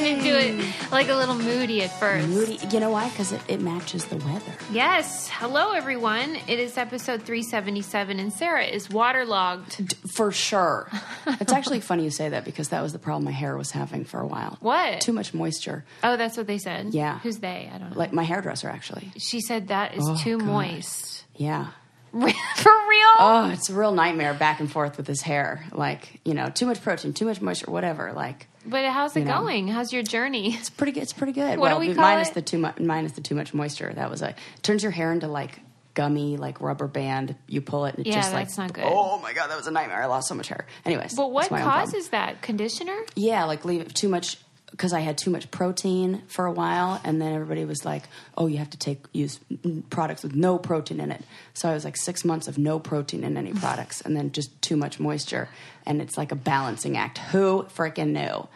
into it like a little moody at first. Moody. You know why? Because it, it matches the weather. Yes. Hello, everyone. It is episode 377, and Sarah is waterlogged. D- For sure. it's actually funny you say that because that was the problem my hair was having for a while. What? Too much moisture. Oh, that's what they said. Yeah. Who's they? I don't know. Like my hairdresser, actually. she said that is too God. moist. Yeah. For real? Oh, it's a real nightmare back and forth with his hair. Like, you know, too much protein, too much moisture, whatever. Like, but how's it you know. going? How's your journey? it's pretty good. It's pretty good. What do well, we b- call minus it? the too much minus the too much moisture. That was a turns your hair into like gummy, like rubber band. You pull it and it Yeah, just like that's not good. Oh my god, that was a nightmare. I lost so much hair. Anyways, But what that's my own problem. causes that? Conditioner? Yeah, like leave it too much because I had too much protein for a while, and then everybody was like, "Oh, you have to take use mm, products with no protein in it." So I was like six months of no protein in any products, and then just too much moisture, and it's like a balancing act. Who freaking knew?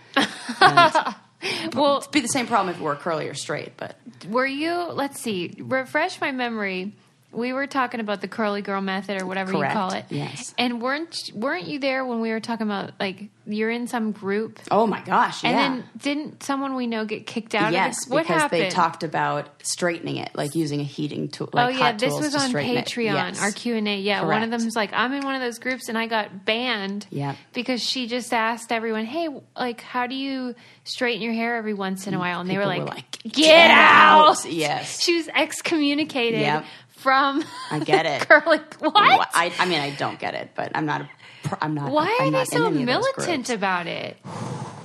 Well, It'd be the same problem if it were curly or straight, but were you, let's see, refresh my memory. We were talking about the curly girl method or whatever Correct. you call it. Yes. And weren't weren't you there when we were talking about like you're in some group oh my gosh, yeah. and then didn't someone we know get kicked out Yes, of the, what because happened? they talked about straightening it, like using a heating tool. Oh Like yeah, hot this tools was to on straighten it. Patreon, Yes. our Q and A. Yeah, one of Correct. them's like, I'm in one of those groups, and I got banned. Yep. because she just asked everyone, "Hey, like, how do you straighten your hair every once in a while?" And they were Mm, People like, were like, "Get, "Get out!" out. Yes. she was excommunicated Yep. from. I get the it. Curly, what? Well, I, I mean, I don't get it, but I'm not. A, pro- I'm not. Why I'm are they not in so any of those militant groups. about it?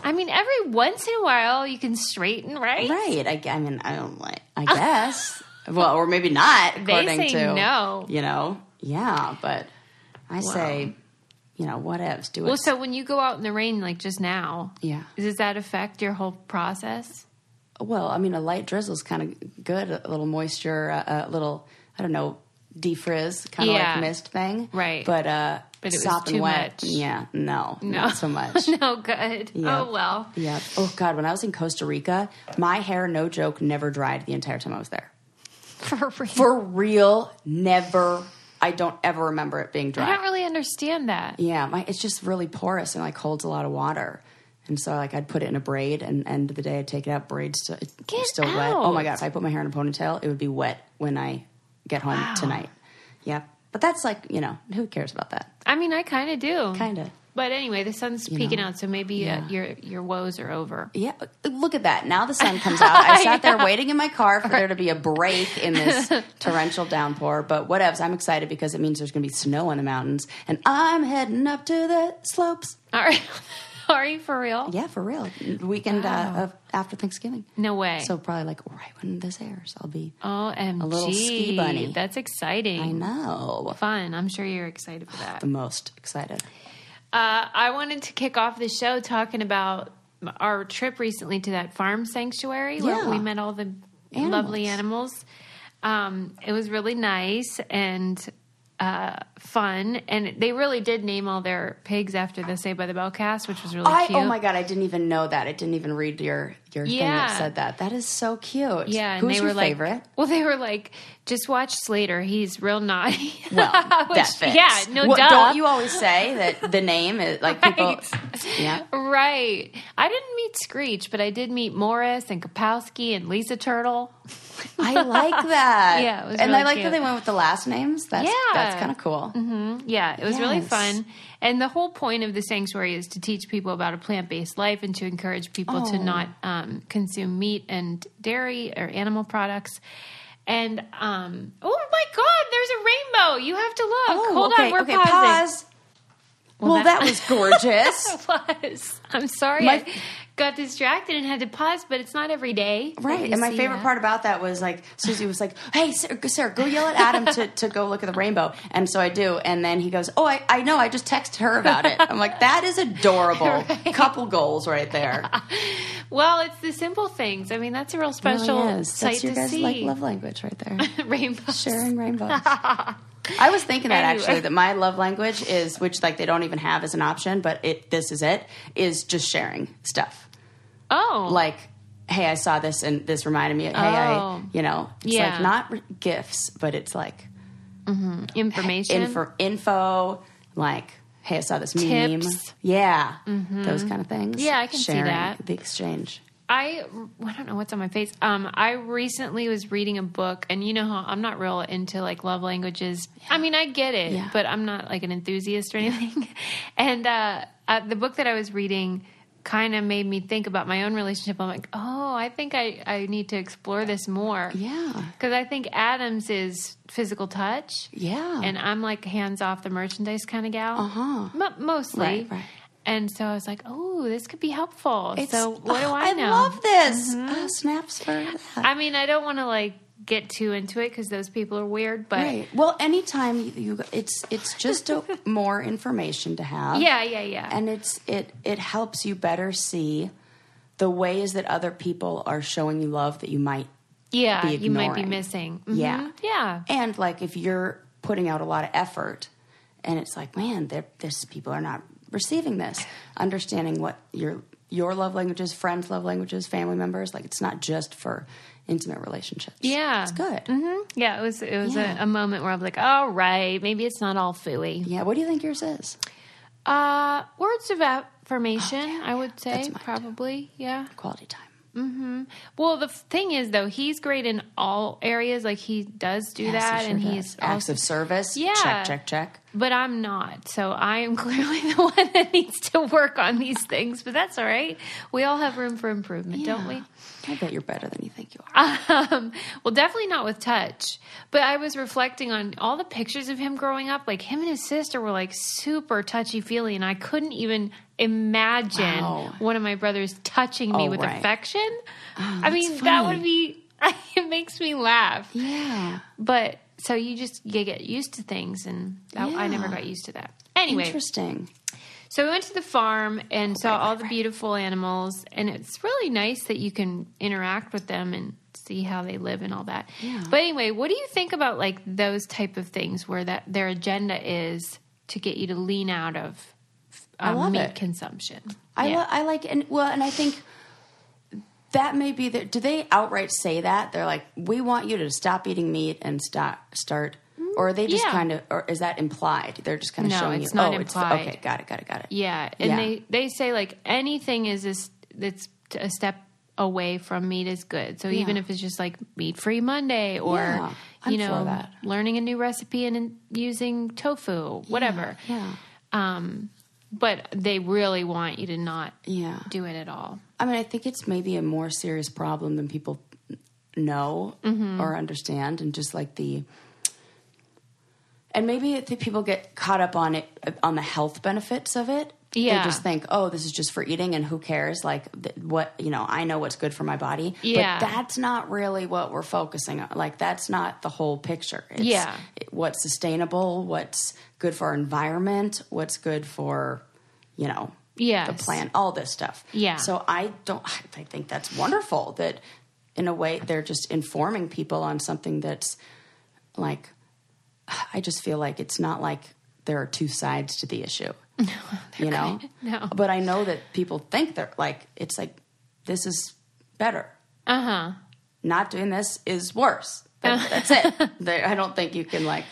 I mean, every once in a while you can straighten, right? Right. I, I mean, I don't like. I guess. well, or maybe not. According say to no. You know. Yeah, but I say, you know, what ifs do it. Well, so when you go out in the rain, like just now, Yeah. does that affect your whole process? Well, I mean, a light drizzle is kind of good. A little moisture, a, a little, I don't know, defrizz, kind of Yeah. like mist thing. Right. But, uh, But it was soft too and much. wet. Yeah. No, Not so much. no good. Oh well. Yeah. Oh, God. When I was in Costa Rica, my hair, no joke, never dried the entire time I was there. For real. For real, never. I don't ever remember it being I dry. don't really understand that. Yeah, my, it's just really porous and like holds a lot of water. And so like I'd put it in a braid and end of the day I'd take it out, braid still, it's Get still wet. Oh my out. god, if I put my hair in a ponytail, it would be wet when I get home tonight. Yeah. But that's like, you know, who cares about that? I mean, I kind of do. Kinda. But anyway, the sun's peeking know. out, so maybe uh, Yeah. your your woes are over. Yeah, look at that. Now the sun comes out. I sat there waiting in my car for there to be a break in this torrential downpour, but whatevs. I'm excited because it means there's going to be snow on the mountains and I'm heading up to the slopes. Are are you for real? Yeah, for real. Weekend uh, of after Thanksgiving. No way. Oh. So probably like right when this airs, I'll be. OMG. A little ski bunny. That's exciting. I know. Fun. I'm sure you're excited for that. The most excited. Uh, I wanted to kick off the show talking about our trip recently to that farm sanctuary where Yeah. we met all the lovely animals. Um, it was really nice and uh, fun, and they really did name all their pigs after the Saved by the Bell cast, which was really I, cute. oh my god! I didn't even know that. I didn't even read your your thing Yeah. that said that. That is so cute. Yeah, and Who's they were your like, favorite? well, they were like, just watch Slater. He's real naughty. Well, Which- that fits. Yeah, no What- doubt. Don't you always say that the name is like people? Right. Yeah. Right. I didn't meet Screech, but I did meet Morris and Kapowski and Lisa Turtle. I like that. Yeah, it was and really I like cute. that they went with the last names. That's Yeah. Mm-hmm. that's kind of cool. Yeah, it was really Yes. fun. And the whole point of the sanctuary is to teach people about a plant based life and to encourage people Oh. to not um, consume meat and dairy or animal products. And um, oh my God, there's a rainbow. You have to look. Oh, Hold okay, on, we're okay, pausing. pause. Well, that, that- was gorgeous. Pause. I'm sorry, My- I got distracted and had to pause, but it's not every day. that Right. you And my see favorite that. part about that was like Susie was like, Hey Sarah, Sarah go yell at Adam to, to go look at the rainbow. And so I do. And then he goes, Oh, I, I know, I just texted her about it. I'm like, that is adorable. Couple goals right there. Well, it's the simple things. I mean, that's a real Really special is. sight That's your to guys' see. like love language right there. Rainbow. Sharing rainbows. I was thinking that Anyway. actually that my love language is which like they don't even have as an option, but it this is it, is just sharing stuff. Oh, like hey i saw this and this reminded me hey Oh. i you know it's Yeah. like not re- gifts but it's like information. info, info like hey i saw this meme Tips. Mm-hmm. yeah those kind of things Yeah, I can see sharing that. the exchange I I don't know what's on my face. Um, I recently was reading a book, and you know how I'm not real into like love languages. I mean, I get it, Yeah. but I'm not like an enthusiast or anything. and uh, uh, the book that I was reading kind of made me think about my own relationship. I'm like, oh, I think I I need to explore this more. Yeah. because I think Adams is physical touch. Yeah. and I'm like hands off the merchandise kind of gal. Uh-huh. M- mostly. Right, right. And so I was like, "Oh, this could be helpful." It's- so what do oh, I know? Mm-hmm. I love this. Oh, snaps for that. I mean, I don't want to like get too into it because those people are weird, but right. Well, anytime you, you it's it's just a, more information to have. yeah, yeah, yeah. and it's it it helps you better see the ways that other people are showing you love that you might yeah, be you might be ignoring. missing. Yeah. Mhm. Yeah. and like if you're putting out a lot of effort and it's like man there- this people are not receiving this understanding what your your love languages friends love languages family members like it's not just for intimate relationships Yeah. it's good hmm Yeah, it was it was Yeah. a, a moment where I was like, "All right, maybe it's not all fooey." yeah what do you think yours is Uh, words of affirmation, I would say Oh, That's mine, too. probably. Yeah. quality time Well, the f- thing is, though, he's great in all areas. Like he does do Yes, it that, sure and does. he's acts also. of service Yeah. check check check But I'm not, so I am clearly the one that needs to work on these things. But that's all right. We all have room for improvement, don't we? i bet you're better than you think you are Um, well, definitely not with touch. But I was reflecting on all the pictures of him growing up. Like him and his sister were like super touchy feely, and I couldn't even imagine Wow. one of my brothers touching me Oh, with right. affection. I mean, that's that funny. would be. It makes me laugh. yeah But so you just you get used to things, and that, I never Yeah. got used to that. Anyway, interesting so we went to the farm and saw right, all right, the beautiful animals, and it's really nice that you can interact with them and see how they live and all that. Yeah. But anyway, what do you think about like those type of things where that their agenda is to get you to lean out of um, love meat it. consumption? I Yeah. li- I like and well, and I think that may be that. Do they outright say that they're like, we want you to stop eating meat and stop start, or are they just yeah. kind of, or is that implied? They're just kind of No, showing it's you. not oh, implied. okay, got it, got it, got it. Yeah, and Yeah. they they say like anything is is that's a step away from meat is good. So even Yeah. if it's just like meat free Monday or Yeah, I'm you for know that. learning a new recipe and, in using tofu, whatever. Yeah, Um, but they really want you to not yeah. do it at all. I mean, I think it's maybe a more serious problem than people know Mm-hmm. or understand, and just like the. And maybe I think people get caught up on it on the health benefits of it. Yeah. they just think, oh, this is just for eating, and who cares? Like th- what you know, I know what's good for my body. Yeah. but that's not really what we're focusing on. Like that's not the whole picture. It's Yeah. what's sustainable, what's good for our environment, what's good for, you know, the Yes. plan, all this stuff. Yeah. So I don't. I think that's wonderful that, in a way, they're just informing people on something that's like. I just feel like it's not like there are two sides to the issue. you know. No. But I know that people think they're like it's like this is better. Uh huh. Not doing this is worse. That, that's it. There, I don't think you can like.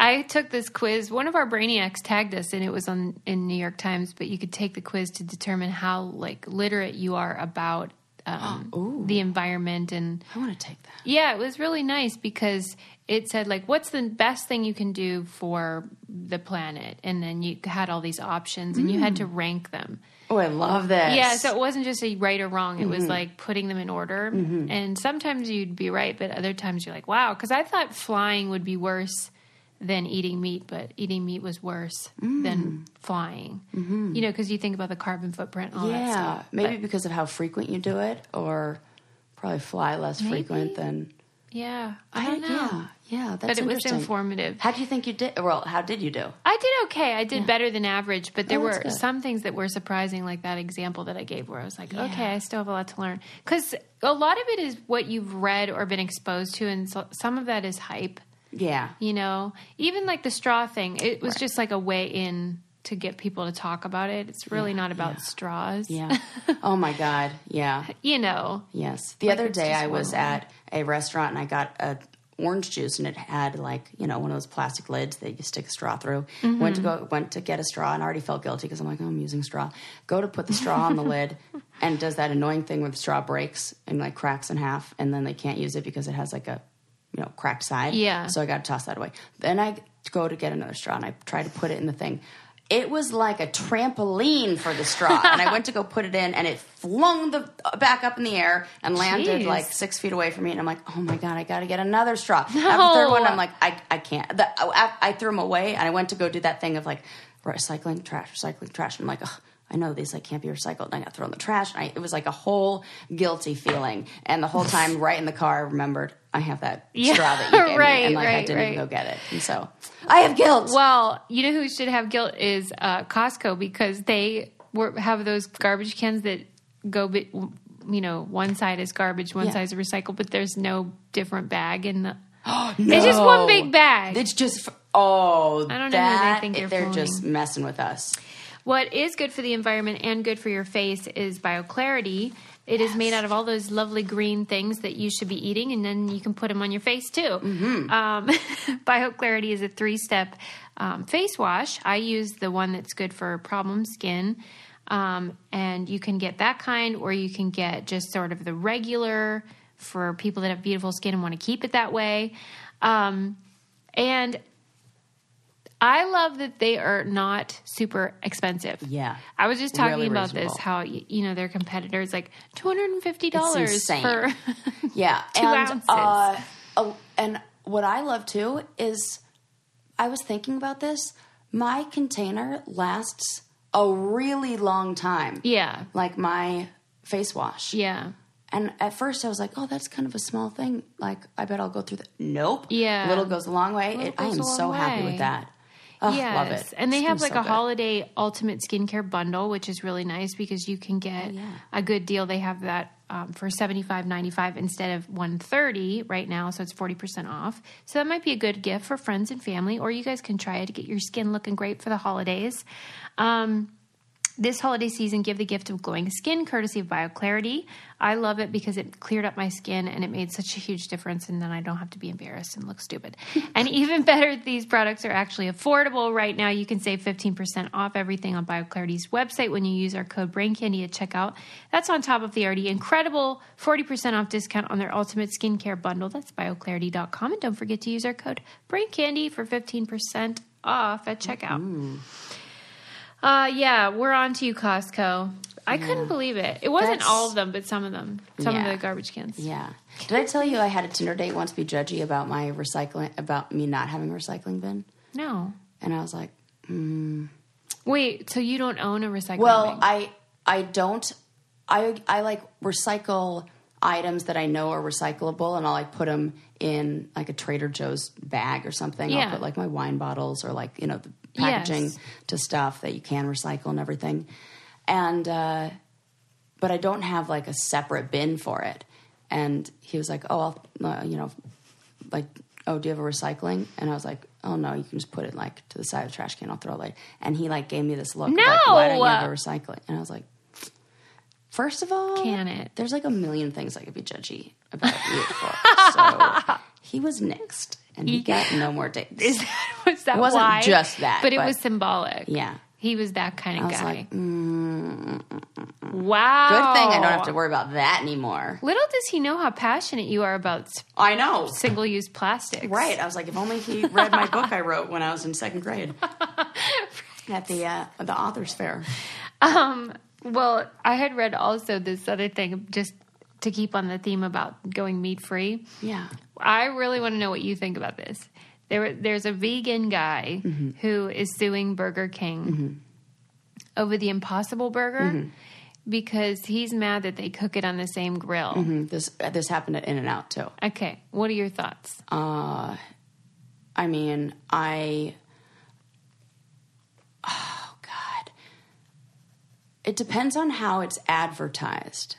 I took this quiz. One of our brainiacs tagged us, and it was on in New York Times. But you could take the quiz to determine how like literate you are about um, the environment and I want to take that. Yeah, it was really nice because it said like what's the best thing you can do for the planet and then you had all these options and you had Mm. to rank them. Oh, I love this. Yeah, so it wasn't just a right or wrong, it was Mm-hmm. like putting them in order. And sometimes you'd be right, but other times you're like, wow, cuz I thought flying would be worse than eating meat, but eating meat was worse than Mm. flying. You know, cuz you think about the carbon footprint and all that Mm-hmm. Yeah, stuff. maybe because of how frequent you do it, or probably fly less frequent than. Yeah. I don't know. Yeah, yeah, that's But it was interesting. informative. How do you think you did? Well, how did you do? I did okay. I did better than average, but there Oh, that's were good. some things that were surprising, like that example that I gave, where I was like, okay, I still have a lot to learn. Because a lot of it is what you've read or been exposed to, and so, some of that is hype, Yeah, you know? Even like the straw thing, it was just like a way in to get people to talk about it. It's really not about straws, yeah. oh my God, yeah, you know? yes. The other it's day just I was one line. at a restaurant and I got a orange juice and it had like you know one of those plastic lids that you stick a straw through went to go went to get a straw and already felt guilty because i'm like oh, i'm using straw go to put the straw on the lid and does that annoying thing where the straw breaks and like cracks in half and then they can't use it because it has like a you know cracked side Yeah. so i got to toss that away then i go to get another straw and i try to put it in the thing it was like a trampoline for the straw and i went to go put it in and it flung the uh, back up in the air and landed Jeez. like six feet away from me, and I'm like, oh my god, I got to get another straw. After the third one, I'm like, I, I can't. The, I, I threw them away, and I went to go do that thing of like recycling trash, recycling trash. I'm like, ugh, I know these like can't be recycled, and I got thrown in the trash. And I, it was like a whole guilty feeling, and the whole time, right in the car, I remembered I have that Yeah, straw that you gave right, me, and like I right, didn't right. even go get it, and so I have guilt. Well, you know who should have guilt is uh, Costco because they were, have those garbage cans that go, bit, you know, one side is garbage, one Yeah. side is recycled, but there's no different bag in the. It's just one big bag. It's just oh, I don't know who they that, think they're they're just messing with us. What is good for the environment and good for your face is BioClarity. It is made out of all those lovely green things that you should be eating, and then you can put them on your face too. Um, BioClarity is a three step um, face wash. I use the one that's good for problem skin. Um, and you can get that kind, or you can get just sort of the regular for people that have beautiful skin and want to keep it that way. Um, and I love that they are not super expensive. Yeah. I was just talking Really about this reasonable. how y- you know their competitors like two hundred and fifty It's dollars insane. for yeah, two and, ounces. Uh, oh, and what I love too is, I was thinking about this. My container lasts a really long time. yeah Like my face wash. yeah And at first I was like, oh, that's kind of a small thing. Like, I bet I'll go through that. Nope. Yeah. Little goes a long way. It, I goes am a long so happy way. with that. Oh, love it. And they It's have been like so a good. holiday ultimate skincare bundle, which is really nice because you can Oh, get a good deal. They have that um, for seventy five ninety five instead of one thirty right now, so it's forty percent off. So that might be a good gift for friends and family, or you guys can try it to get your skin looking great for the holidays. Um, this holiday season, give the gift of glowing skin courtesy of BioClarity. I love it because it cleared up my skin and it made such a huge difference, and then I don't have to be embarrassed and look stupid. and even better, these products are actually affordable right now. You can save 15% off everything on BioClarity's website when you use our code BRAINCANDY at checkout. That's on top of the already incredible 40% off discount on their ultimate skincare bundle. That's bioclarity.com. And don't forget to use our code BRAINCANDY for 15% off at checkout. Uh, yeah, we're on to you, Costco. I couldn't believe it. It wasn't That's- all of them, but some of them. Some Yeah. of the garbage cans. Yeah. Did I tell you I had a Tinder date once be judgy about my recycling, about me not having a recycling bin? No. And I was like, Wait, so you don't own a recycling Well, bin? I I don't I I like recycle items that I know are recyclable, and I'll like put them in like a Trader Joe's bag or something. Yeah. I'll put like my wine bottles or like you know the packaging Yes. to stuff that you can recycle and everything. And uh, but I don't have like a separate bin for it. And he was like, "Oh, I'll, uh, you know, like, oh, do you have a recycling?" And I was like, "Oh no, you can just put it like to the side of the trash can. I'll throw it later." And he like gave me this look, like, "Why don't you have No! a recycling?" And I was like, first of all, Can it? There's like a million things I could be judgy about you for." So he was next, and he got no more dates. Is that, was that It wasn't why? just that, But it but- was symbolic. yeah. He was that kind of was guy. like, mm. wow. Good thing I don't have to worry about that anymore. Little does he know how passionate you are about I know. single use plastics. Right. I was like, if only he read my book I wrote when I was in second grade at the uh, at the authors fair. Um, well, I had read also this other thing, just to keep on the theme about going meat free. Yeah. I really want to know what you think about this. There, there's a vegan guy who is suing Burger King over the Impossible Burger because he's mad that they cook it on the same grill. Mm, This uh, this happened at In and Out too. Uh, Okay, what are your thoughts? I mean, I oh god. It depends on how it's advertised.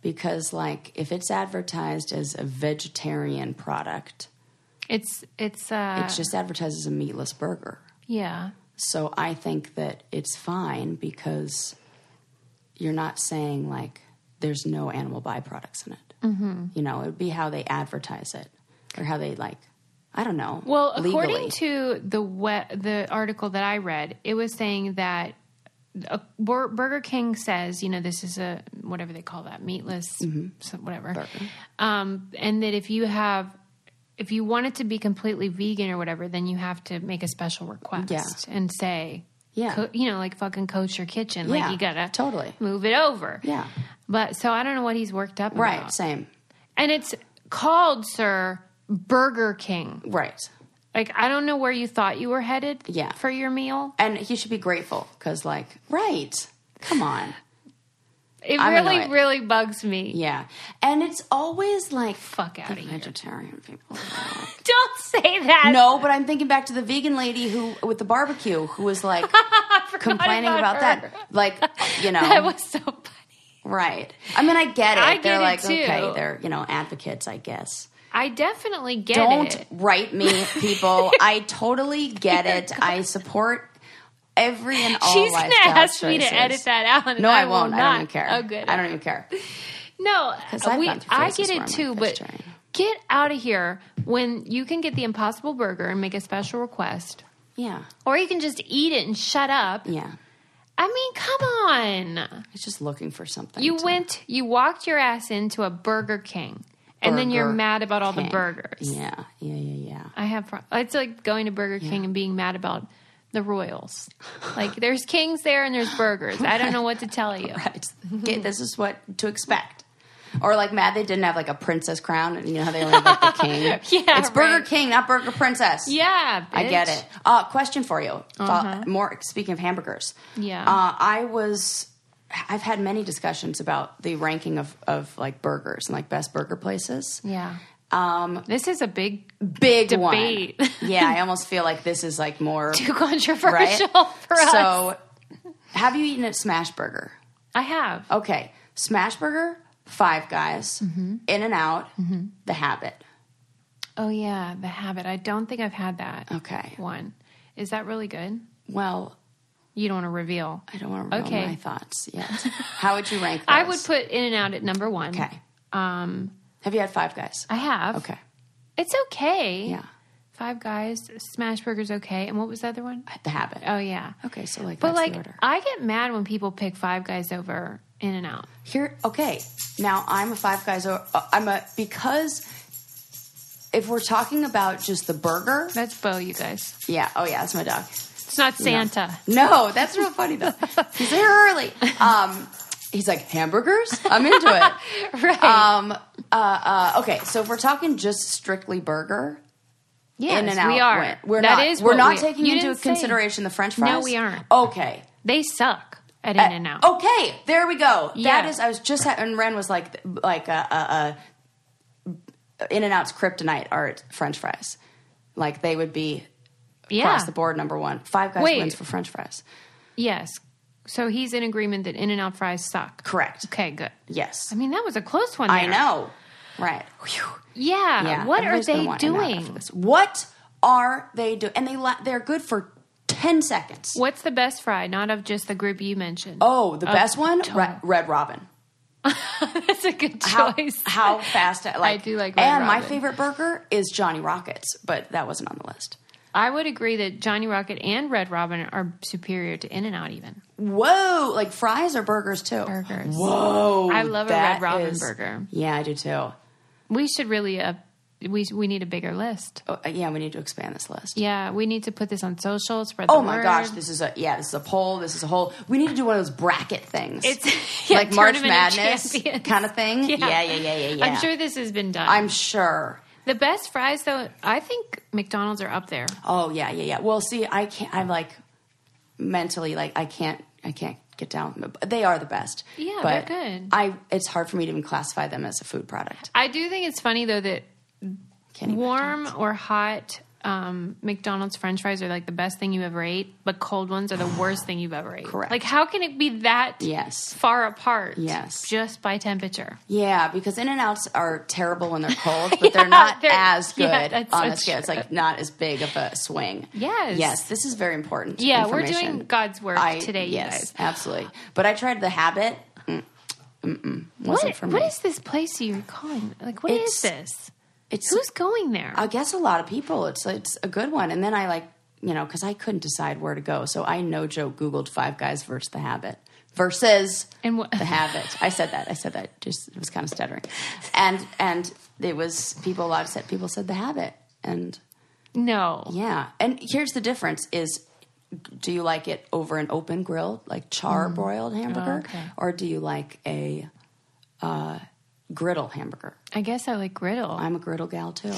Because like if it's advertised as a vegetarian product, It's it's uh it's just advertised as a meatless burger. yeah So I think that it's fine because you're not saying like there's no animal byproducts in it. Mm-hmm. You know, it would be how they advertise it. or how they like. I don't know. Well, according legally. to the we- the article that I read, it was saying that uh, Bur- Burger King says, you know, this is a whatever they call that meatless, Mm-hmm. some- whatever, um, and that if you have if you want it to be completely vegan or whatever, then you have to make a special request Yeah. and say, Yeah. co- you know, like fucking coach your kitchen, Yeah, like you gotta totally. move it over, Yeah. But so I don't know what he's worked up right, about, same, and it's called Sir Burger King. right. Like I don't know where you thought you were headed Yeah. for your meal. And he should be grateful because, like, right? Come on, It I'm really, annoyed. really bugs me. yeah. And it's always like Fuck out of here. vegetarian people. Don't say that. No, but I'm thinking back to the vegan lady who with the barbecue who was like complaining about about, her. that. Like, you know, That was so funny. right. I mean, I get it. I get they're it, like, too. okay, they're, you know, advocates, I guess. I definitely get Don't it. write me, people. I totally get it. I support every and all She's gonna lifestyle ask me to choices. edit that out. and No, I, will won't. I not. don't even care. Oh, good. I don't even care. No, I've we, gone through I phases get where I'm it like too, but vegetarian. get out of here when you can get the Impossible Burger and make a special request, Yeah. or you can just eat it and shut up. Yeah. I mean, come on. It's just looking for something. You to- went, you walked your ass into a Burger King, and then you're Burger mad about all King. the burgers. Yeah. Yeah. Yeah. Yeah. I have. pro- It's like going to Burger King and being mad about the Royals. Like there's Kings there and there's burgers. I don't know what to tell you. Right. Okay, this is what to expect. Or like mad they didn't have like a princess crown and you know how they only have like the king. Yeah, It's Burger right. King, not Burger Princess. Yeah, I get bitch. it. Uh, question for you. Uh, more speaking of hamburgers. Uh-huh. Yeah. Uh, I was I've had many discussions about the ranking of, of like burgers and like best burger places. Yeah. Um, this is a big, Big Debate. one. Yeah, I almost feel like this is like more too controversial right. for us. So have you eaten at Smash Burger? I have. Okay, Smashburger, Five Guys, Mm-hmm. In and Out, The Habit. Oh yeah, the habit. I don't think I've had that. Okay. One. Is that really good? Well, You don't want to reveal. I don't want to reveal Okay. my thoughts yet. How would you rank? Those? I would put In and Out at number one. Okay. Have you had Five Guys? Um, I have. Okay. It's okay. Yeah. Five Guys, Smashburger's okay, and what was the other one? The Habit. Oh yeah. Okay, so like But that's like, the order. I get mad when people pick Five Guys over In and Out. Here, okay. Now I'm a Five Guys. o- uh, I'm a because if we're talking about just the burger, That's Bo, you guys. yeah. Oh yeah, that's my dog. It's not Santa. Uh, No, that's real funny though. He's here early. Um, he's like hamburgers. I'm into it. Right. Um. Uh, uh. Okay. So if we're talking just strictly burger, yes, in and out, we are. win. We're That not. is we're what not we- taking you into didn't say. consideration the French fries. we aren't. Okay. They suck at Eh, In and Out. Okay. There we go. Yeah. That is. I was just at, and Ren was like like uh, uh, uh, In and Out's kryptonite are French fries. Like they would be yeah. across the board number one. Five guys Wait. wins for French fries. Yes. So he's in agreement that In and Out fries suck. Correct. Okay, good. Yes. I mean, that was a close one. I there. know. Right. Whew. Yeah. Yeah, What are everybody's gonna they want an hour for doing? this. What are they doing? And they la- they're good for ten seconds. What's the best fry? Not of just the group you mentioned. Oh, the best one, total. Re- Red Robin. that's a good How, choice. how fast? Like, I do like Red and my Robin. favorite burger is Johnny Rockets, but that wasn't on the list. I would agree that Johnny Rocket and Red Robin are superior to In and Out. Even Whoa! Like fries or burgers too. burgers. Whoa! I love a that Red Robin is- burger. Yeah, I do too. Oh, We should really uh, we we need a bigger list. Oh, yeah, we need to expand this list. Yeah, we need to put this on social. Spread. Oh the my word. gosh, this is a yeah, this is a poll. This is a whole. We need to do one of those bracket things. It's- yeah, like March Tournament of Madness Champions. kind of thing. Yeah, yeah, yeah, yeah, yeah. I'm sure this has been done. I'm sure. the best fries, though, I think McDonald's are up there. Oh yeah, yeah, yeah. Well, see, I can't. I'm like mentally like I can't. I can't get down. But they are the best. Yeah, but they're good. I. It's hard for me to even classify them as a food product. I do think it's funny though that Can't even- warm or hot um, McDonald's French fries are like the best thing you ever ate, but cold ones are the worst thing you've ever ate. Correct. Like, how can it be that Yes. far apart? Yes. just by temperature. Yeah, because In and Outs are terrible when they're cold, but Yeah, they're not they're- as good yeah, that's on so a scale. It's like not as big of a swing. Yes. Yes, this is very important. Yeah, we're information. doing God's work I- today, you Yes, guys. absolutely. But I tried the habit. Mm, mm-mm, wasn't What, for me. what is this place you're calling? Like, what is It's- this? It's Who's going there? I guess a lot of people. It's it's a good one. And then I like you know because I couldn't decide where to go, so I no joke googled Five Guys versus The Habit versus And what- The Habit. I said that. I said that. Just it was kind of stuttering, and and it was people. A lot of said people said The Habit, and no. yeah. And here's the difference: is do you like it over an open grill, like char broiled hamburger, Mm-hmm. Oh, okay. or do you like a uh, griddle hamburger? I guess I like griddle. I'm a griddle gal too,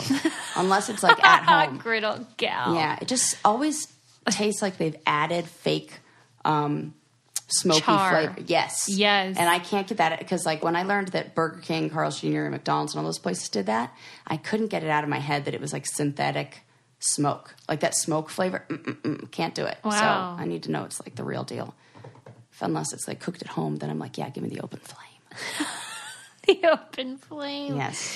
unless it's like at Ah, home. griddle gal. Yeah, it just always tastes like they've added fake um, smoky Char. flavor. Yes, Yes. And I can't get that because, like, when I learned that Burger King, Carl's Jr., and McDonald's and all those places did that, I couldn't get it out of my head that it was like synthetic smoke, like that smoke flavor. Mm-mm-mm, can't do it. Wow. So I need to know it's like the real deal. If- Unless it's like cooked at home, then I'm like, yeah, give me the open flame. The open flame. Yes.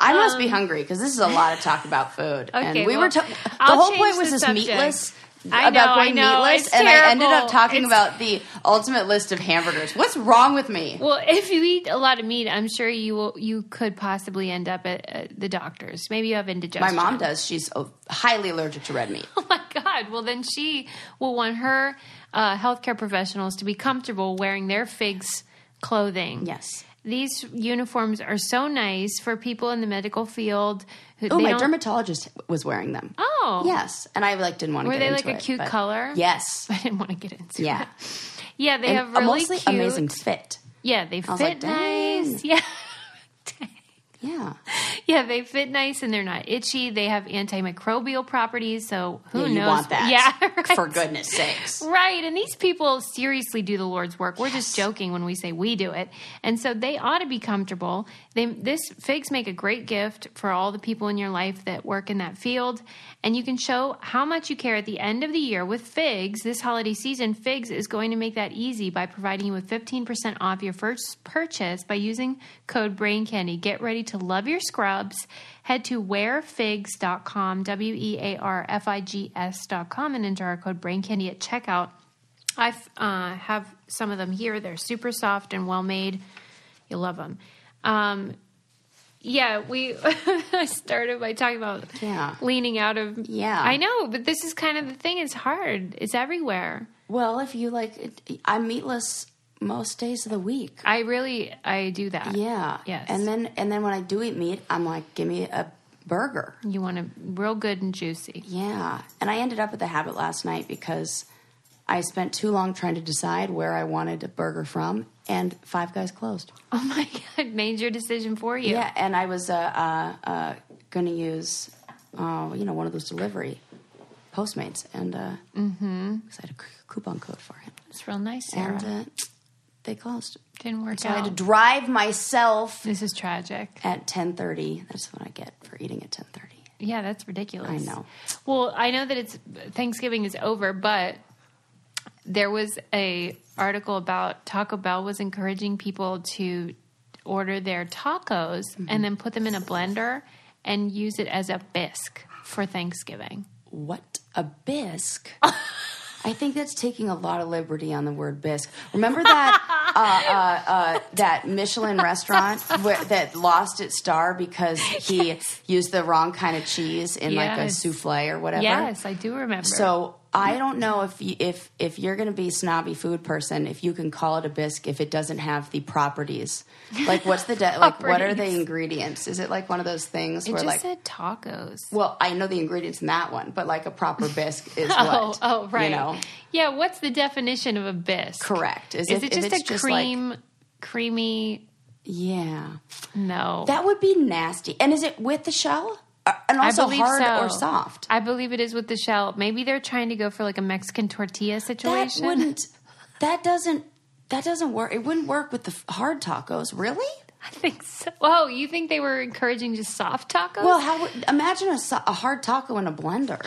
I must be hungry because this is a lot of talk about food. and Um, Okay, we were well, ta- the I'll whole change point was the this subject. meatless I know, about going I know, meatless, it's and I ended up terrible. talking It's- about the ultimate list of hamburgers. What's wrong with me? Well, if you eat a lot of meat, I'm sure you will. You could possibly end up at uh, the doctor's. Maybe you have My indigestion. mom does. She's uh, highly allergic to red meat. Oh my God. Well, then she will want her uh, healthcare professionals to be comfortable wearing their figs clothing. Yes. These uniforms are so nice for people in the medical field. Who, Oh, they my don't- dermatologist was wearing them. Oh. yes, and I like didn't want to. Were get they into like a it, cute but- color? Yes, I didn't want to get into Yeah. it. Yeah, they and have a really mostly cute. amazing fit. Yeah, they fit was like, "Dang." nice. Yeah. Yeah, Yeah, they fit nice and they're not itchy. They have antimicrobial properties, so who Yeah, knows? you want that? Yeah, right. for goodness sakes. Right, and these people seriously do the Lord's work. We're just joking when we say we do it, and so they ought to be comfortable. They this figs make a great gift for all the people in your life that work in that field, and you can show how much you care at the end of the year with figs. This holiday season, figs is going to make that easy by providing you with fifteen percent off your first purchase by using code Brain Candy. Get ready to love your scrubs. Head to wearfigs.com, W E A R F I G S.com, and enter our code Brain Candy at checkout. I uh, have some of them here. They're super soft and well made. You'll love them. Um, yeah, we I started by talking about Yeah. leaning out of. Yeah. I know, but this is kind of the thing. It's hard, it's everywhere. Well, if you like, it, I'm meatless most days of the week. I really I do that. Yeah. Yes. And then and then when I do eat meat, I'm like, give me a burger. you want it real good and juicy. Yeah. And I ended up at the habit last night because I spent too long trying to decide where I wanted a burger from, and Five Guys closed. Oh my god, made your decision for you. Yeah. And I was uh, uh, uh, going to use, uh, you know, one of those delivery Postmates, and uh, cause I had a c- coupon code for it, It's real nice, Sarah. and uh, they closed. Didn't work So I out. had to drive myself this is tragic. at ten thirty. That's what I get for eating at ten thirty. Yeah, that's ridiculous. I know. Well, I know that it's Thanksgiving is over, but there was a article about Taco Bell was encouraging people to order their tacos and then put them in a blender and use it as a bisque for Thanksgiving. What a bisque. I think that's taking a lot of liberty on the word bisque. Remember that uh, uh, uh, that Michelin restaurant where, that lost its star because he used the wrong kind of cheese in like a Yes. souffle or whatever. Yes, I do remember. So I don't know if you, if if you're going to be a snobby food person, if you can call it a bisque if it doesn't have the properties. Like what's the de- like what are the Properties. ingredients? Is it like one of those things it where just like said tacos. well, I know the ingredients in that one, but like a proper bisque is Oh, what? oh, right. You know, Yeah, what's the definition of a bisque? correct. Is it, if just it's a like- cream, creamy? yeah, No. that would be nasty. And is it with the shell? Uh, And also believe hard so. or soft? I believe it is with the shell. Maybe they're trying to go for like a Mexican tortilla That situation. wouldn't. That doesn't. That doesn't work. It wouldn't work with the f- hard tacos, really. I think so. Oh, you think they were encouraging just soft tacos? Well, how would, imagine a, so- a hard taco in a blender?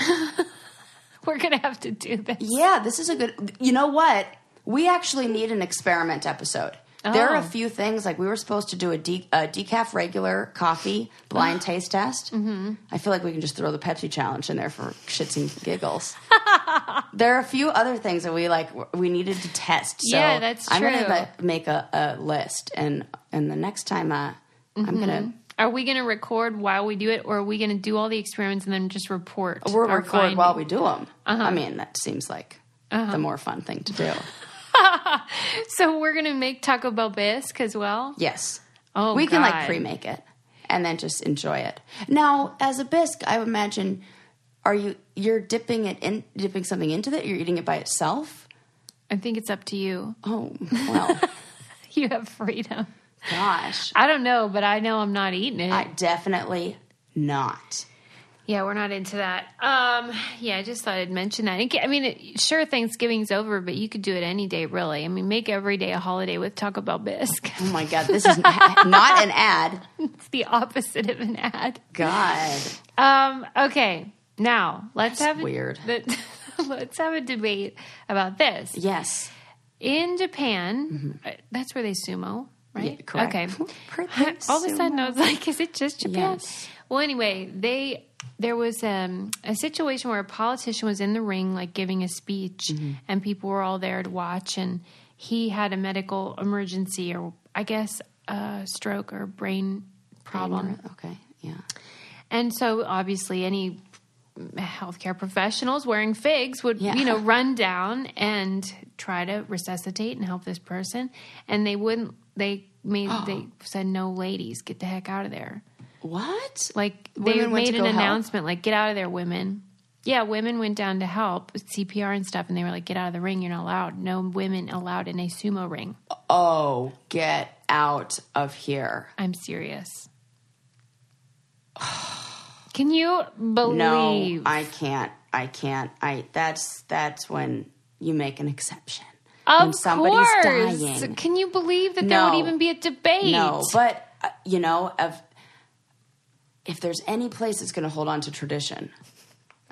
we're gonna have to do this. yeah, this is a good. You know what? We actually need an experiment episode. There are a Oh. few things like we were supposed to do a, de- a decaf regular coffee blind taste test. Mm-hmm. I feel like we can just throw the Pepsi challenge in there for shits and giggles. there are a few other things that we like w- we needed to test. So Yeah, that's I'm gonna true. like, make a, a list, and and the next time uh, I'm gonna Are we going to record while we do it, or are we going to do all the experiments and then just report? We'll our Uh-huh. record while we findings? do them. I mean, that seems like Uh-huh. the more fun thing to do. So we're going to make Taco Bell bisque as well. Yes. Oh, we can like God. pre-make it and then just enjoy it. Now, as a bisque, I would imagine, are you you're dipping it in dipping something into it? You're eating it by itself? I think it's up to you. Oh well, You have freedom. gosh, I don't know, but I know I'm not eating it. I definitely not. yeah, we're not into that. Um, yeah, I just thought I'd mention that. And ca- I mean, it, sure, Thanksgiving's over, but you could do it any day, really. I mean, make every day a holiday with Taco Bell bisque. Oh my god, this is not an ad. it's the opposite of an ad. God, Um, okay, now let's have a, weird. the- let's have a debate about this. yes, In Japan, uh that's where they sumo, right? Yeah, correct. Okay. Where they All of a sudden, I was like, "Is it just Japan?" Yes. Well, anyway, they there was um, a situation where a politician was in the ring, like giving a speech, and people were all there to watch, and he had a medical emergency, or I guess a stroke or brain problem. okay, yeah, And so obviously any healthcare professionals wearing figs would Yeah. you know run down and try to resuscitate and help this person and they wouldn't they made Oh. they said no ladies get the heck out of there what? like they Women went made to an go help? announcement like get out of there women yeah women went down to help with cpr and stuff and they were like get out of the ring you're not allowed no women allowed in a sumo ring Oh, get out of here! i'm serious can you believe No, I can't. I can't. I that's that's when you make an exception. Of when somebody's course. dying. Can you believe that there No. would even be a debate? No, but uh, you know, if if there's any place that's going to hold on to tradition,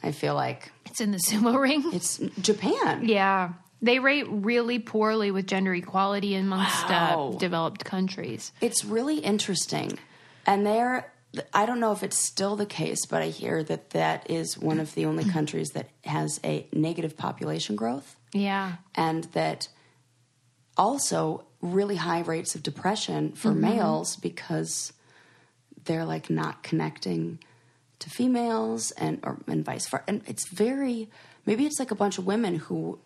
I feel like it's in the sumo ring. it's Japan. Yeah. They rate really poorly with gender equality amongst Wow. uh, developed countries. It's really interesting, and there. I don't know if it's still the case, but I hear that that is one of the only countries that has a negative population growth. Yeah. and that also really high rates of depression for Mm-hmm. males because they're like not connecting to females and or and vice versa and it's very maybe it's like a bunch of women who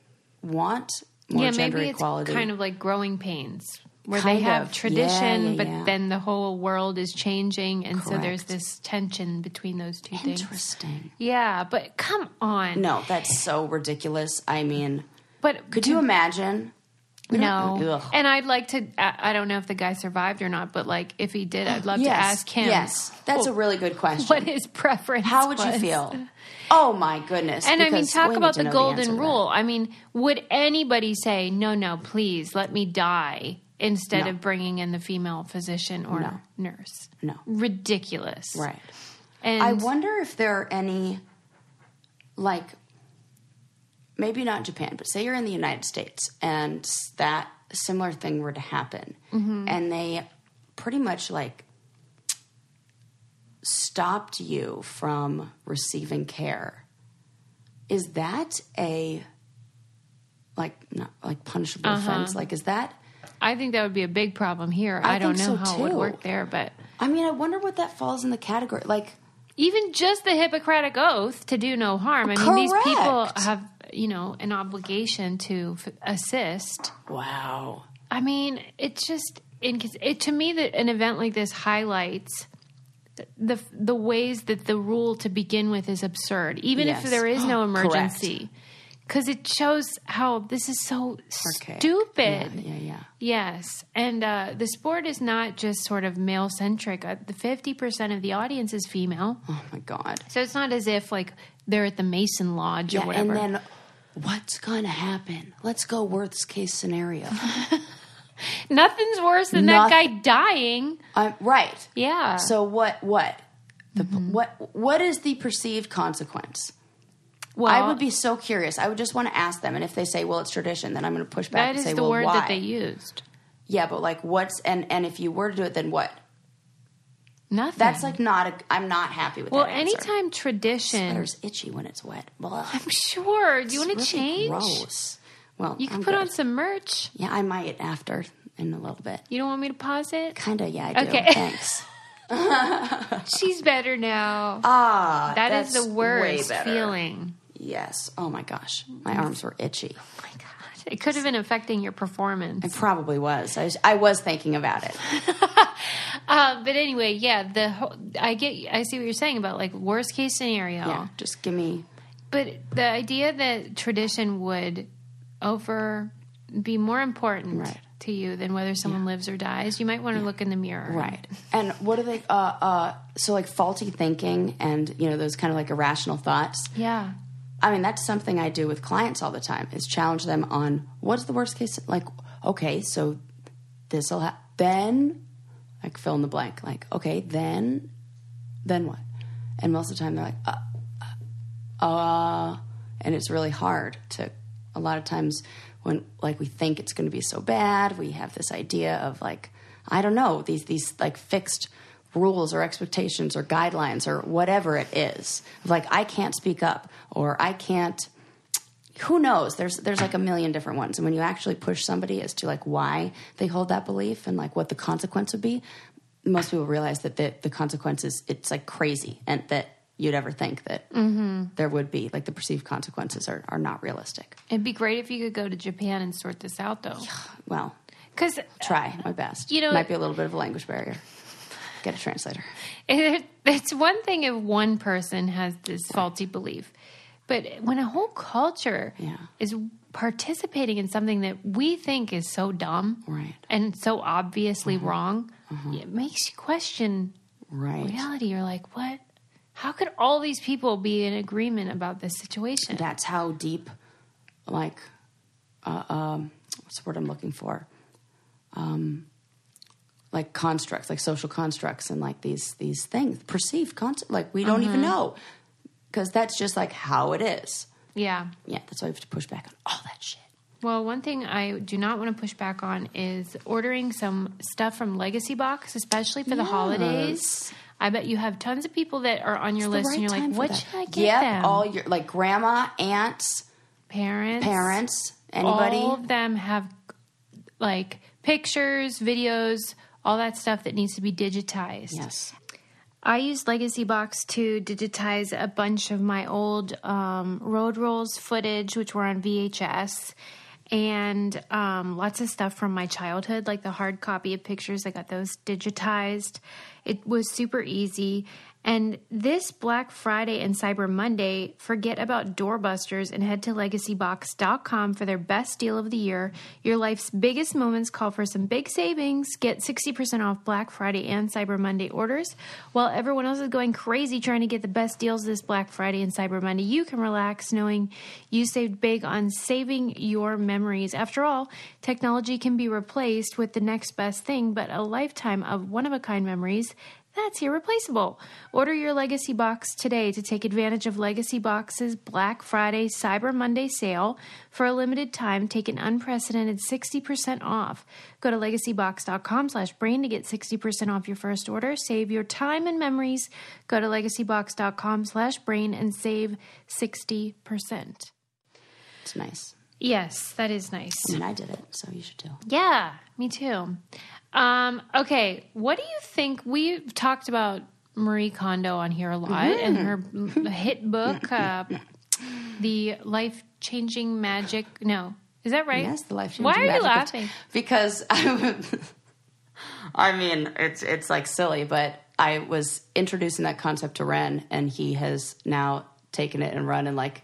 want more yeah, gender maybe it's equality kind of like growing pains where Kind they have of. tradition, Yeah, yeah, but yeah. then the whole world is changing. And so there's Correct. this tension between those two things. interesting Yeah. But come on. no that's so ridiculous i mean But could you imagine We don't- No. Ugh. And I'd like to, I I don't know if the guy survived or not, but like if he did, I'd love to yes ask him. yes that's a really good question what his preference how would you was. feel oh my goodness And I mean, because we talk need about the to know answer golden to that. rule. I mean, would anybody say, no, no, please let me die instead No. of bringing in the female physician or No. nurse? No. Ridiculous. right And I wonder if there are any, like, maybe not Japan, but say you're in the United States and that similar thing were to happen, Mm-hmm. and they pretty much like stopped you from receiving care. Is that a like not like punishable Uh-huh. offense? Like, is that? I think that would be a big problem here. I, don't think know so, how it would too. work there, but I mean, I wonder what that falls in the category. Like, even just the Hippocratic oath to do no harm. I mean, these people Correct. have, you know, an obligation to f- assist. wow, I mean, it's just incons- it, to me that an event like this highlights the the ways that the rule to begin with is absurd, even if Yes. there is no Correct. emergency, because it shows how this is so Archaic. stupid. yeah, yeah. Yes, and uh, the sport is not just sort of male centric. Uh, the fifty percent of the audience is female, Oh my god. so it's not as if like they're at the Mason Lodge or Yeah, whatever. And then what's going to happen? Let's go worst case scenario. Nothing's worse than that guy Nothing- dying. I'm Uh, right. Yeah. So what what the Mm-hmm. what what is the perceived consequence? well, I would be so curious. I would just want to ask them and if they say, "Well, it's tradition," then I'm going to push back That and is say, the "Well, word why?" that they used. yeah, but like what's and and if you were to do it then what? Nothing. That's like not a I'm not happy with Hmm. well, that. answer. anytime tradition. Sweater's itchy when it's wet. Well, Sure. Do you want to change? Gross. Well, You can I'm put good. on some merch. Yeah, I might after in a little bit. You don't want me to pause it? Kinda, yeah, I do. Okay. Thanks. She's better now. Ah, that is that's the way worst better. feeling. Yes. Oh my gosh, my arms were itchy. Oh my God. It could have been affecting your performance. It probably was. I was, I was thinking about it. Uh, but anyway, yeah, the whole, I get I see what you're saying about like worst case scenario. Yeah. Just give me. But the idea that tradition would over be more important Right. to you than whether someone lives or dies, you might want to look in the mirror. Right. And what are they? Uh, uh, so like faulty thinking and you know those kind of like irrational thoughts. Yeah. I mean, that's something I do with clients all the time is challenge them on what's the worst case. Like, okay, so this'll ha- then like fill in the blank. Like, okay, then then what? And most of the time they're like, uh, uh, uh and it's really hard to. A lot of times when like we think it's going to be so bad, we have this idea of like I don't know these these like fixed rules or expectations or guidelines or whatever it is. Like I can't speak up or I can't who knows there's there's like a million different ones and when you actually push somebody as to like why they hold that belief and like what the consequence would be most people realize that the, the consequence is it's like crazy and that you'd ever think that Mm-hmm. there would be like the perceived consequences are, are not realistic It'd be great if you could go to Japan and sort this out though. well Cuz try my best You know- might be a little bit of a language barrier get a translator it, it's one thing if one person has this faulty belief, but when a whole culture Yeah. is participating in something that we think is so dumb Right. Uh-huh. and so obviously wrong, it makes you question right reality. You're like, what? How could all these people be in agreement about this situation? that's how deep like uh, um, what's the word i'm looking for um, like constructs like social constructs and like these these things perceived concept like we don't Mm-hmm. even know because that's just like how it is yeah. yeah that's why we have to push back on all that shit Well, one thing I do not want to push back on is ordering some stuff from Legacy Box, especially for the holidays. I bet you have tons of people that are on your The list, right and you're time like, for "What that. should I get yep, them?" all your like grandma aunts parents, parents anybody all of them have like pictures, videos, all that stuff that needs to be digitized. yes I used Legacy Box to digitize a bunch of my old um, Road Rolls footage, which were on VHS, and um, lots of stuff from my childhood, like the hard copy of pictures. I got those digitized. It was super easy. And this Black Friday and Cyber Monday, forget about doorbusters and head to legacybox.com for their best deal of the year. Your life's biggest moments call for some big savings. Get 60% off Black Friday and Cyber Monday orders. While everyone else is going crazy trying to get the best deals this Black Friday and Cyber Monday, you can relax knowing you saved big on saving your memories. After all, technology can be replaced with the next best thing, but a lifetime of one of a kind memories. That's irreplaceable. Order your Legacy Box today to take advantage of Legacy Box's Black Friday Cyber Monday sale. For a limited time, take an unprecedented 60% off. Go to legacybox.com slash brain to get 60% off your first order. Save your time and memories. Go to legacybox.com slash brain and save 60%. it's nice Yes, that is nice. i mean i did it so you should too Yeah, me too. Um, okay, what do you think? We've talked about Marie Kondo on here a lot and Mm-hmm. her hit book, uh, The Life Changing Magic. No, is that right? Yes, the life changing. Why are you laughing? Because I, would- I mean, it's it's like silly, but I was introducing that concept to Ren, and he has now taken it and run and like.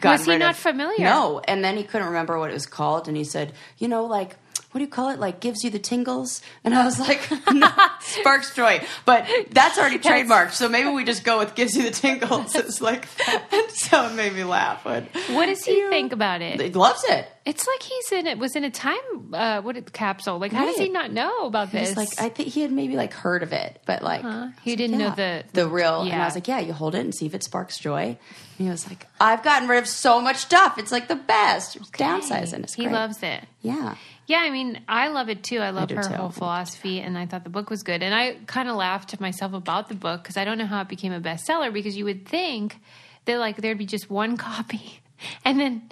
gotten Was he rid not of- familiar? No, and then he couldn't remember what it was called, and he said, "You know, like." What do you call it? Like gives you the tingles, and I was like, no, "Sparks joy," but that's already trademarked. So maybe we just go with "gives you the tingles." It's like, and so it made me laugh. But What does he think about it? he loves it. It's like he's in it was in a time uh, what it- capsule. Like, how does Right. he not know about He this? was like I think he had maybe like heard of it, but like Uh-huh. He I was didn't like, know the- the real. And yeah. I was like, yeah, you hold it and see if it sparks joy. And he was like, I've gotten rid of so much stuff. It's like the best. Downsizing is he great. loves it. Yeah, Yeah, I mean, I love it too. I love do her too. whole philosophy, and I thought the book was good. And I kind of laughed to myself about the book because I don't know how it became a bestseller. Because you would think that like there'd be just one copy, and then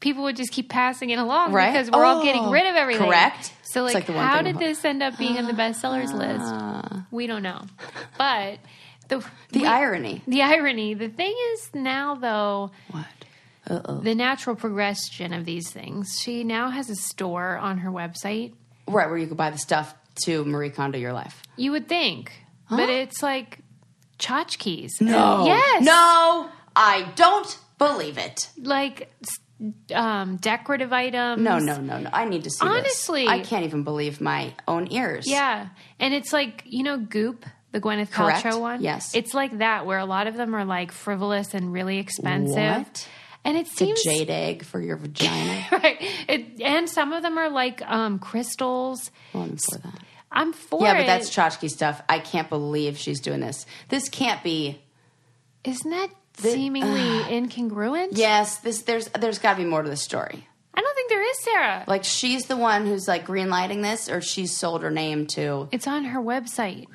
people would just keep passing it along Right. because we're all Oh, getting rid of everything. correct. So It's like, like the one how thing did about- this end up being on the bestsellers list? Uh, We don't know. But the The we- irony. the irony. The thing is now though What? the natural progression of these things. She now has a store on her website. Right, where you could buy the stuff to Marie Kondo your life. You would think, but it's like tchotchkes. No. Yes. No, I don't believe it. Like s- um, decorative items. No, no, no, no. I need to see this. Honestly. I can't even believe my own ears. Yeah. And it's like, you know, Goop, the Gwyneth Correct. Paltrow one? Yes. It's like that, where a lot of them are like frivolous and really expensive. What? And it The seems. jade egg for your vagina. Right. It, and some of them are like um, crystals. Well, I'm for that. I'm for Yeah, it. but that's tchotchke stuff. I can't believe she's doing this. This can't be. Isn't that seemingly incongruent? Yes, this there's there's got to be more to this story. I don't think there is, Sarah. Like she's the one who's like greenlighting this, or she's sold her name to. It's on her website.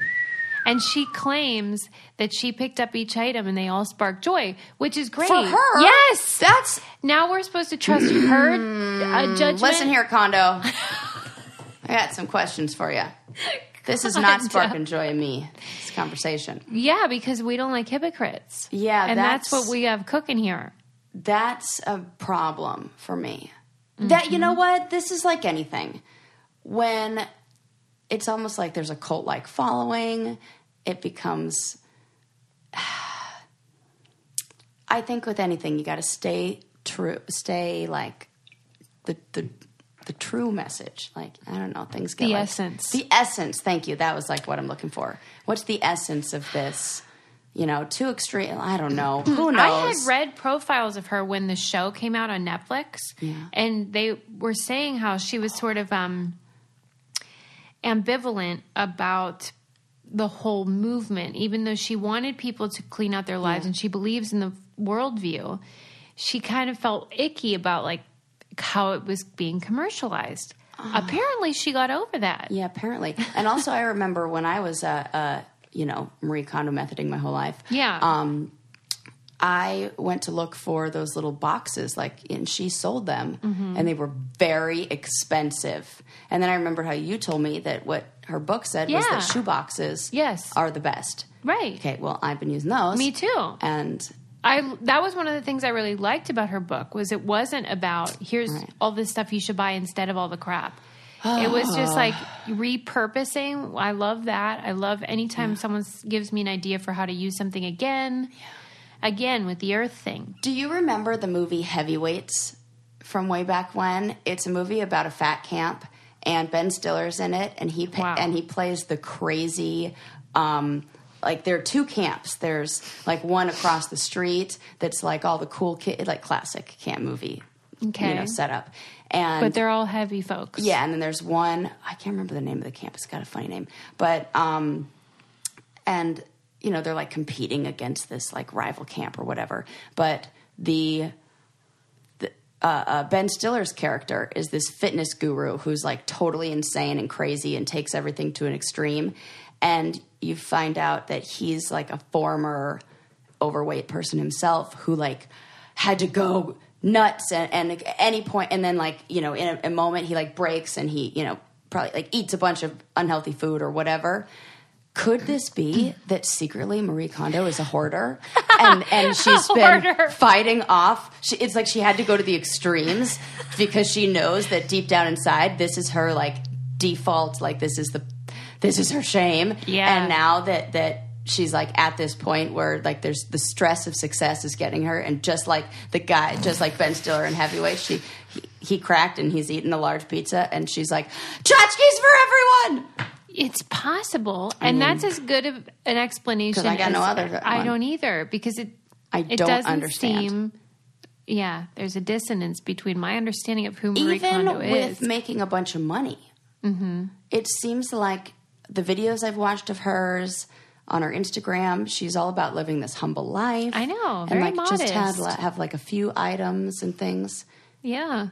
And she claims that she picked up each item and they all spark joy, which is great. For her, Yes. that's Now we're supposed to trust her uh, judgment. Hmm. listen here, Kondo. I got some questions for you. This is not Kondo. sparking joy in me. This conversation. Yeah, because we don't like hypocrites. Yeah, and that's, that's- what we have cooking here. That's a problem for me. Mm-hmm. That you know what? This is like anything. When it's almost like there's a cult like following, it becomes I think with anything you got to stay true, stay like the the the true message. Like I don't know, things get The like- essence. The essence. Thank you. That was like what I'm looking for. What's the essence of this? You know, too extreme. I don't know. Who knows? I had read profiles of her when the show came out on Netflix, Yeah. and they were saying how she was sort of um, ambivalent about the whole movement, even though she wanted people to clean out their lives and she believes in the worldview. She kind of felt icky about like how it was being commercialized. Apparently, she got over that. Ah. Yeah, apparently. And also, I remember when I was, uh, uh, you know, Marie Kondo methoding my whole life. Yeah. Um, I went to look for those little boxes, like, and she sold them, Mm-hmm. and they were very expensive. And then I remember how you told me that what her book said was Yeah. that shoe boxes, Yes. are the best. Right. Okay, well, I've been using those. Me too. And I that was one of the things I really liked about her book was it wasn't about here's Right. all this stuff you should buy instead of all the crap. It was just Ah. like repurposing. I love that. I love anytime someone s- gives me an idea for how to use something again. Again with the earth thing. Do you remember the movie Heavyweights from way back when? It's a movie about a fat camp, and Ben Stiller's in it, and he pa- Wow. and he plays the crazy. Um, like there are two camps. There's like one across the street that's like all the cool kid, like classic camp movie, you know, Okay. setup. And But they're all heavy folks. yeah, and then there's one I can't remember the name of the camp. It's got a funny name, but um, and you know they're like competing against this like rival camp or whatever. But the uh, Ben Stiller's character is this fitness guru who's like totally insane and crazy and takes everything to an extreme. And you find out that he's like a former overweight person himself who like had to go nuts and, and at any point and then like you know in a, a moment he like breaks and he you know probably like eats a bunch of unhealthy food or whatever could this be that secretly Marie Kondo is a hoarder and, and she's been Hoarder. fighting off? She, it's like she had to go to the extremes because she knows that deep down inside, this is her like default, like this is the this is her shame. Yeah. And now that that she's like at this point where like there's the stress of success is getting her, and just like the guy, just like Ben Stiller in Heavyweight, she he, he cracked and he's eating a large pizza, and she's like, "Tchotchkes for everyone." It's possible, and that's as good of an explanation. 'Cause I got as- no other I one. don't either because it. I it don't doesn't understand. Seem, yeah, there's a dissonance between my understanding of who Marie even Kondo with is. Mm-hmm. making a bunch of money, it seems like the videos I've watched of hers on her Instagram, she's all about living this humble life. I know, and very like just had, modest. li- have like a few items and things, yeah,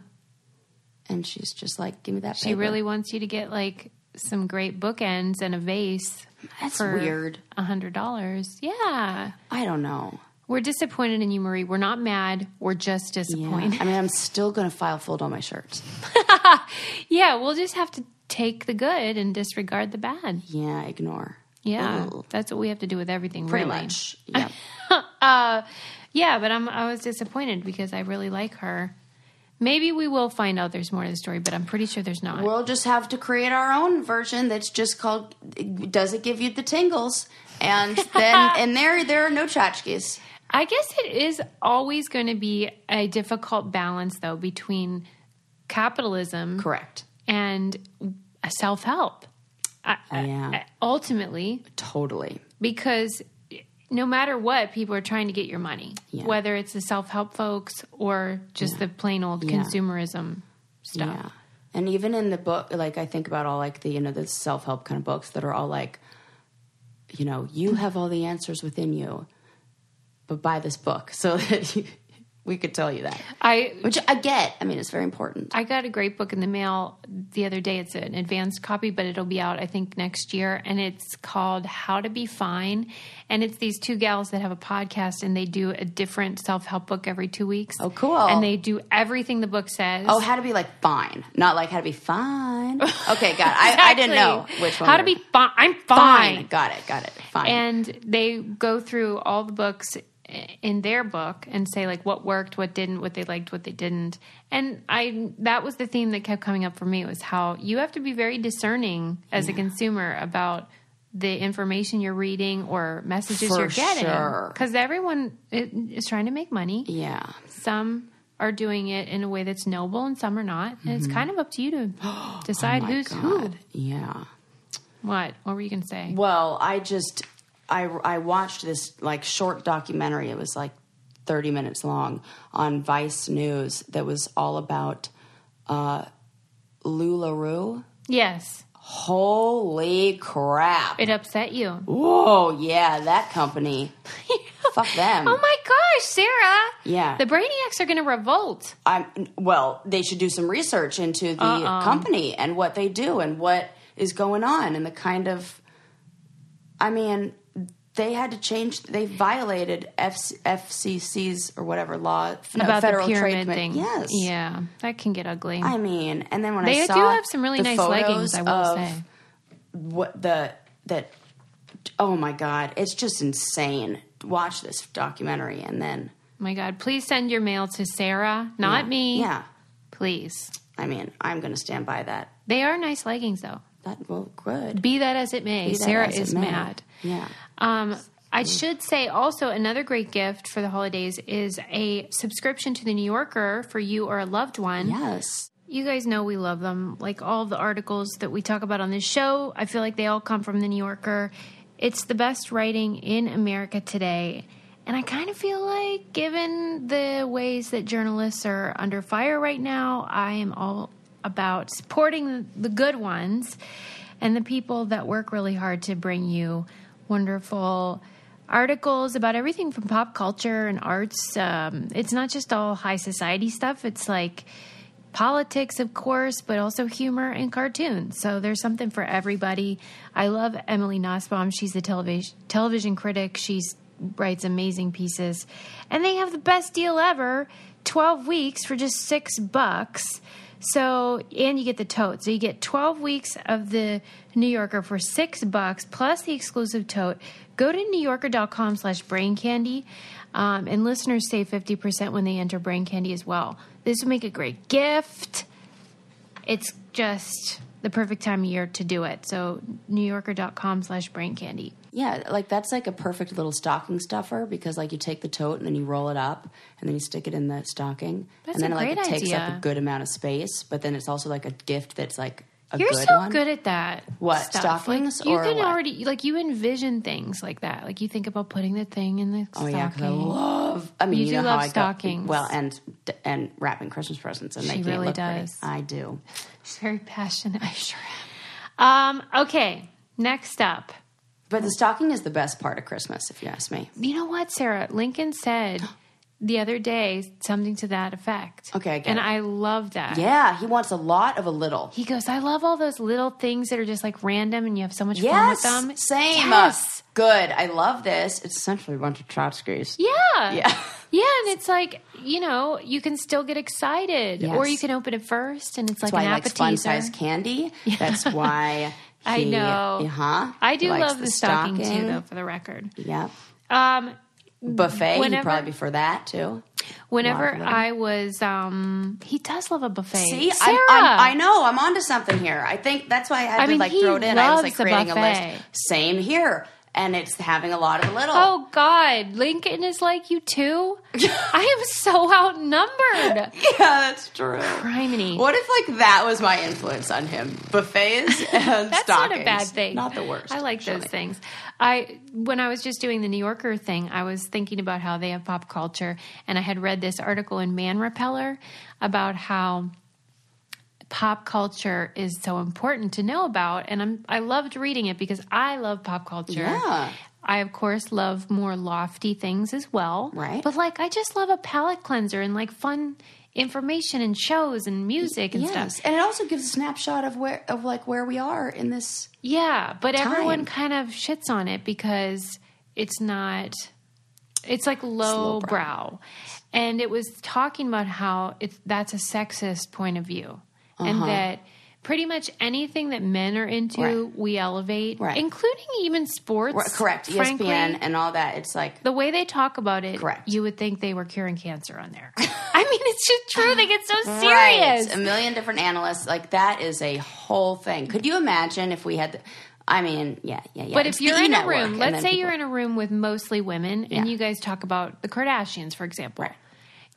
and she's just like, "Give me that." she really wants you to get like some great bookends and a vase. That's for weird. A hundred dollars. Yeah, I don't know. we're disappointed in you, Marie. We're not mad. We're just Yeah. disappointed. I mean, I'm still gonna file fold all my shirts. Yeah, we'll just have to take the good and disregard the bad. Yeah, ignore. Yeah, that's what we have to do with everything. Pretty really. much. Yeah. uh, yeah, but I'm I was disappointed because I really like her. Maybe we will find out there's more to the story, but I'm pretty sure there's not. We'll just have to create our own version that's just called Does It Give You the Tingles? And then and there there are no tchotchkes. I guess it is always going to be a difficult balance, though, between capitalism Correct. and self help. Yeah. Ultimately, Totally. because no matter what, people are trying to get your money, Yeah. whether it's the self help folks or just the plain old Yeah. consumerism stuff. Yeah. And even in the book, like I think about all like the, you know, the self help kind of books that are all like, you know, you have all the answers within you, but buy this book so that you, we could tell you that. I Which I get. I mean, it's very important. I got a great book in the mail the other day. It's an advanced copy, but it'll be out, I think, next year. And it's called How to Be Fine. And it's these two gals that have a podcast and they do a different self help book every two weeks. Oh, cool. And they do everything the book says. Oh, how to be like fine, not like how to be fine. Okay, got it. I, I didn't know Exactly. which one. How we to were- be fine. I'm fine. fine. Got it. Got it. Fine. and they go through all the books in their book and say like what worked what didn't what they liked what they didn't and i that was the theme that kept coming up for me was how you have to be very discerning as a consumer about the information you're reading or messages For you're getting sure. because everyone i- is trying to make money yeah. some are doing it in a way that's noble and some are not and it's kind of up to you to decide who's who Mm-hmm. Oh God. Yeah. what what were you gonna say Well, I just I I watched this like short documentary. It was like 30 minutes long on Vice News that was all about uh Lou LaRue. yes Holy crap. it upset you Whoa, yeah, that company. Fuck them. Oh my gosh, Sarah. Yeah. The Brainiacs are going to revolt. I'm well, they should do some research into the Uh-uh. company and what they do and what is going on and the kind of I mean, they had to change they violated F- FCC's or whatever law no, about Federal the Trade pyramid Commi- thing. Yes. Yeah, that can get ugly. I mean, and then when they do I saw have some really the nice photos leggings, I will of say. Oh What the that oh my god, it's just insane. Watch this documentary and then My God, please send your mail to Sarah, not me. Yeah. Please. I mean, I'm going to stand by that. They are nice leggings, though. That well, good. Be that as it may, Be that Sarah as it is may. Mm. mad. Yeah. Um, I should say also another great gift for the holidays is a subscription to the New Yorker for you or a loved one. Yes. You guys know we love them. Like all the articles that we talk about on this show, I feel like they all come from The New Yorker. It's the best writing in America today. And I kind of feel like, given the ways that journalists are under fire right now, I am all about supporting the good ones and the people that work really hard to bring you wonderful articles about everything from pop culture and arts. Um, it's not just all high society stuff, it's like politics, of course, but also humor and cartoons. So there's something for everybody. I love Emily Nussbaum. She's the television television critic. She writes amazing pieces, and they have the best deal ever: twelve weeks for just six bucks. So, and you get the tote. So you get 12 weeks of the New Yorker for six bucks plus the exclusive tote. Go to newyorker.com slash brain candy. Um, and listeners save 50% when they enter brain candy as well. This would make a great gift. It's just the perfect time of year to do it. So newyorker.com slash brain candy. Yeah, like that's like a perfect little stocking stuffer because like you take the tote and then you roll it up and then you stick it in the stocking. That's and then a like great it takes up idea. a good amount of space, but then it's also like a gift that's like a You're good so one. good at that. What, stuff. stockings Like, you or can what? already like you envision things like that. Like you think about putting the thing in the Oh stocking. yeah, because I love. I mean, You you, do know love how I stockings. Go, well, and and wrapping Christmas presents and making really it look pretty. does. I do. She's very passionate. I sure am. Um, okay, next up. But the stocking is the best part of Christmas, if you ask me. You know what, Sarah? Lincoln said the other day something to that effect. Okay, I get And it. I love that. Yeah, he wants a lot of a little. He goes, I love all those little things that are just like random and you have so much Yes, fun with them. same. Yes. Good. I love this. It's essentially a bunch of Trotskys. Yeah. Yeah. Yeah, and it's like, you know, you can still get excited. Yes. Or you can open it first and it's That's like why an he likes appetizer. fun size candy. That's why I He- know. Uh-huh. I do He likes love the, stocking, too, though, for the record. Yeah. Um, Buffet, he'd Whenever- probably be for that too. whenever Lovely. I was, um, he does love a buffet. See, I, Sarah, I, I know I'm onto something here. I think that's why I had I to mean, like he throw it in. I loves was like a creating a, buffet. list. Same here, and it's having a lot of the little. Oh God, Lincoln is like you too. I am so outnumbered. yeah, that's true. Criminy. What if like that was my influence on him? Buffets and That's stockings. not a bad thing. Not the worst. I like those actually. things. I when I was just doing the New Yorker thing, I was thinking about how they have pop culture, and I had read this article in Man Repeller about how pop culture is so important to know about, and I'm I loved reading it because I love pop culture. Yeah. I of course love more lofty things as well. Right. But like I just love a palate cleanser and like fun information and shows and music and stuff. Yes, and it also gives a snapshot of where of like where we are in this. Yeah, but everyone time. kind of shits on it because it's not it's like low lowbrow. brow. And it was talking about how it's that's a sexist point of view. And Uh-huh. that pretty much anything that men are into Right. we elevate, Right. including even sports. Correct. E frankly. ESPN and all that. It's like The way they talk about it, Correct. you would think they were curing cancer on there. I mean, it's just true. They get so serious. Right. A million different analysts. Like that is a whole thing. Could you imagine if we had? The, I mean, yeah, yeah, yeah. But It's if you're the E! in a Network, room, and let's then say people- you're in a room with mostly women and Yeah. you guys talk about the Kardashians, for example, Right.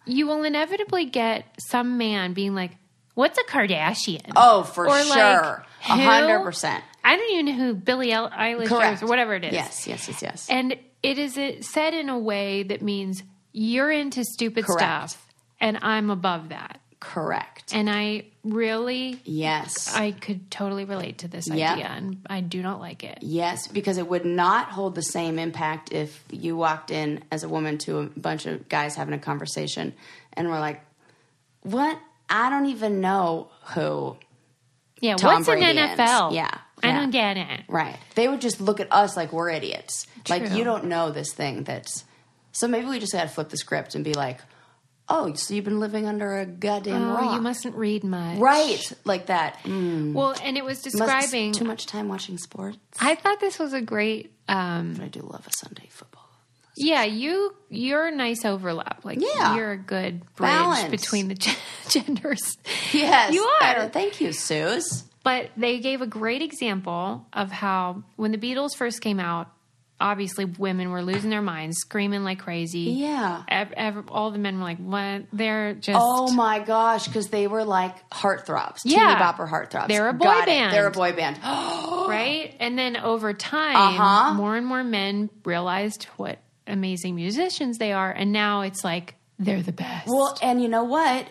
you will inevitably get some man being like, What's a Kardashian? Oh, for Or like, sure, a "Who?" hundred percent. I don't even know who Billie El- Eilish Correct. is or whatever it is. Yes, yes, yes, yes. And it is it said in a way that means you're into stupid Correct. stuff and I'm above that. Correct. And I really, yes. I could totally relate to this Yeah. idea and I do not like it. Yes, because it would not hold the same impact if you walked in as a woman to a bunch of guys having a conversation and were like, "What? I don't even know who." Yeah, Tom what's an Brady is. NFL? Yeah, I yeah. don't get it. Right. They would just look at us like we're idiots. Like True. you don't know this thing that's. So maybe we just got to flip the script and be like, "Oh, so you've been living under a goddamn Oh, rock." you mustn't read much. Right, like that. Mm. Well, and it was Must- describing. too much time watching sports. I thought this was a great. Um, But I do love a Sunday football. yeah, you you're a nice overlap. Like, Yeah. you're a good bridge Balance. between the gen- genders. Yes, you are. better. Thank you, Suze. But they gave a great example of how when the Beatles first came out, obviously women were losing their minds, screaming like crazy. Yeah. Ev- ev- all the men were like, "What? They're just Oh my gosh, because they were like heartthrobs, Yeah. teeny bopper heartthrobs. They're a boy Got it. band. They're a boy band. right? And then over time, Uh-huh. more and more men realized what amazing musicians they are, and now it's like they're the best. well, and you know what?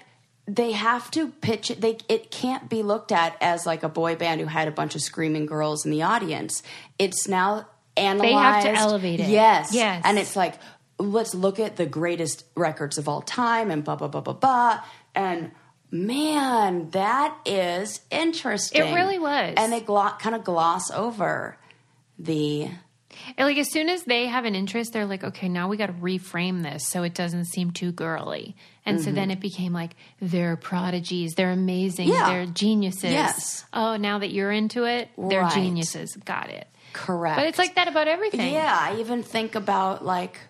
They have to pitch it. They it can't be looked at as like a boy band who had a bunch of screaming girls in the audience. It's now analyzed. have to elevate it. Yes, Yes. and it's like let's look at the greatest records of all time and blah blah blah blah blah and. Man, that is interesting. It really was. And they glo- kind of gloss over the And, like as soon as they have an interest, they're like, okay, now we got to reframe this so it doesn't seem too girly. And so then it became like they're prodigies, they're amazing, Mm-hmm. Yeah. they're geniuses. Yes. Oh, now that you're into it, they're Right. geniuses. Got it. Correct. But it's like that about everything. yeah, I even think about like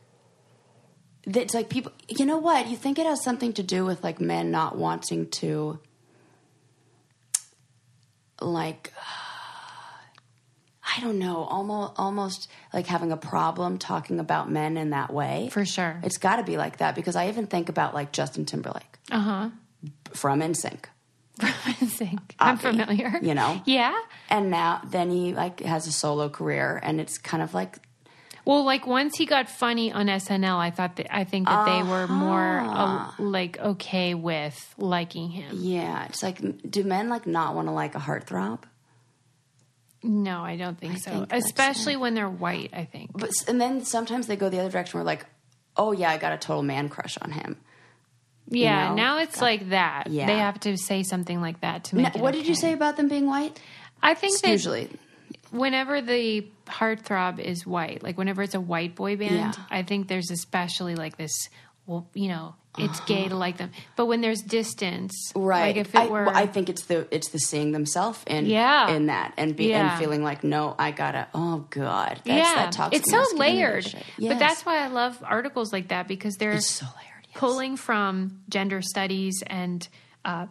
th- it's like people. You know what? You think it has something to do with like men not wanting to like I don't know, almost almost like having a problem talking about men in that way. For sure. It's got to be like that because I even think about like Justin Timberlake Uh huh. from NSYNC. I'm Obvi, familiar. Uh, you know. Yeah. And now then he like has a solo career and it's kind of like Well, like once he got funny on SNL, I thought that I think that they were more uh, like okay with liking him. Yeah, it's like, m- do men like not want to like a heartthrob? No, I don't think so. think that's Especially when they're white, I think. But s- and then sometimes they go the other direction. We're like, oh yeah, I got a total man crush on him. Yeah, know? now it's like that. Yeah. They have to say something like that to make Now, it what did you okay. say about them being white? I think that Usually, whenever the heartthrob is white, like whenever it's a white boy band, Yeah. I think there's especially like this well, you know, it's gay to like them. But when there's distance, Uh-huh. right Like if I, it were, well, I think it's the it's the seeing themselves in Yeah. in that and be Yeah. and feeling like no i gotta oh god that's yeah, that toxic it's so masculinity layered. shit. But Yes. that's why I love articles like that because they're it's so layered yes. pulling from gender studies and uh,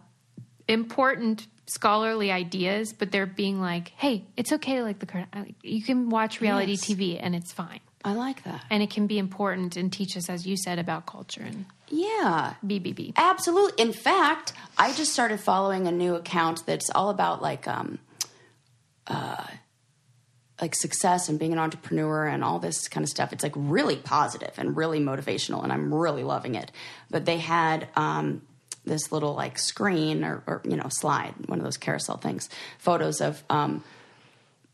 important scholarly ideas, but they're being like, "Hey, it's okay to like the current. I- You can watch reality Yes. TV, and it's fine, i like that and it can be important and teach us, as you said, about culture and yeah BBB." Absolutely. In fact, I just started following a new account that's all about like um uh like success and being an entrepreneur and all this kind of stuff. It's like really positive and really motivational and I'm really loving it. But they had um this little like screen or, or you know slide, one of those carousel things, photos of um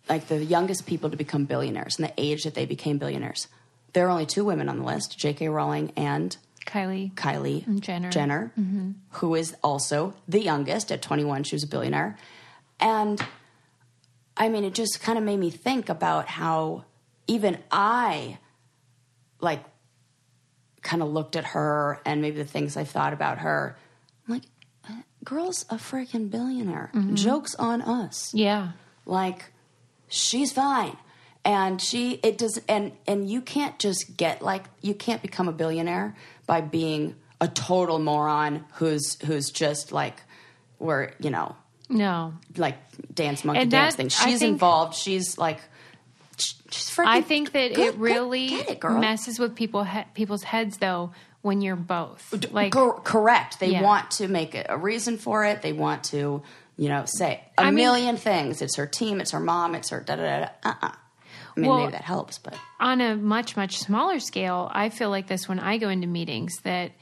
like the youngest people to become billionaires and the age that they became billionaires. There are only two women on the list, J.K. Rowling and Kylie, Kylie Jenner. who is also the youngest at 21. She was a billionaire. And I mean, it just kind of made me think about how even I, like, kind of looked at her and maybe the things I've thought about her. I'm like, uh, girl's a freaking billionaire. Joke's on us yeah, like she's fine and she it does and and you can't just get like you can't become a billionaire by being a total moron who's who's just like where you know no, like dance monkey And dance that- thing I she's think- involved she's like sh- she's freaking I think that good- it good- really get it, girl. messes with people he- people's heads though when you're both like. Cor- correct they Yeah. want to make a, a reason for it they want to you know say a mean- million things it's her team it's her mom it's her da da da da. uh-uh i mean Well, maybe that helps but on a much much smaller scale i feel like this when i go into meetings that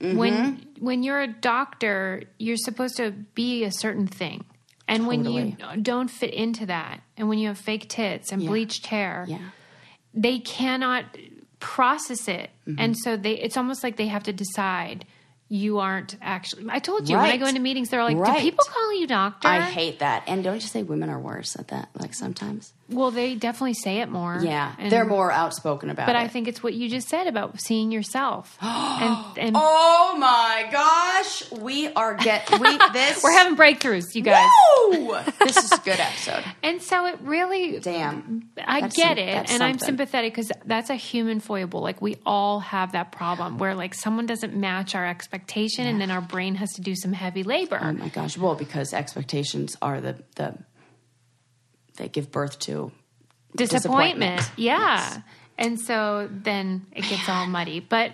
when Mm-hmm. when you're a doctor you're supposed to be a certain thing and when you don't fit into that and when you have fake tits and bleached hair yeah they cannot process it Mm-hmm. and so they it's almost like they have to decide you aren't actually i told you when i Right. go into meetings they're like Right. do people call you doctor I hate that. And don't you say women are worse at that? Like sometimes. well they definitely say it more Yeah, And- they're more outspoken about But it. I think it's what you just said about seeing yourself. and and oh my gosh, we are get we this. we're having breakthroughs, you guys. Woo! this is a good episode. And so it really Damn. I That's get it, some- and that's I'm something. sympathetic because that's a human foible. Like we all have that problem where like someone doesn't match our expectation, and then our brain has to do some heavy labor. Oh my gosh. Well, because expectations are the the they give birth to disappointment. disappointment. Yeah. And so then it gets all muddy. But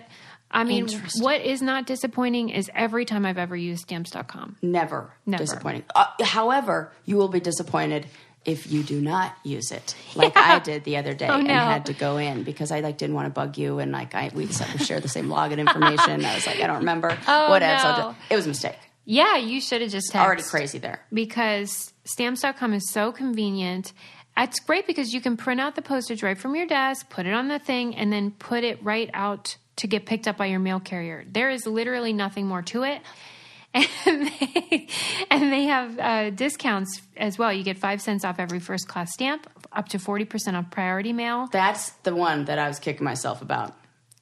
I mean, Interesting. what is not disappointing is every time I've ever used stamps.com. never, Never. disappointing. Uh, however, you will be disappointed if you do not use it, like I did the other day, and Oh, no. had to go in because I like didn't want to bug you, and like I we decided to share the same login information. I was like, I don't remember. Oh, what else? I'll no. do- It was a mistake. Yeah, you should have just texted. Already crazy there. because stamps.com is so convenient. It's great because you can print out the postage right from your desk, put it on the thing, and then put it right out to get picked up by your mail carrier. There is literally nothing more to it. And they, and they have uh, discounts as well. You get five cents off every first class stamp, up to 40% off priority mail. That's the one that I was kicking myself about.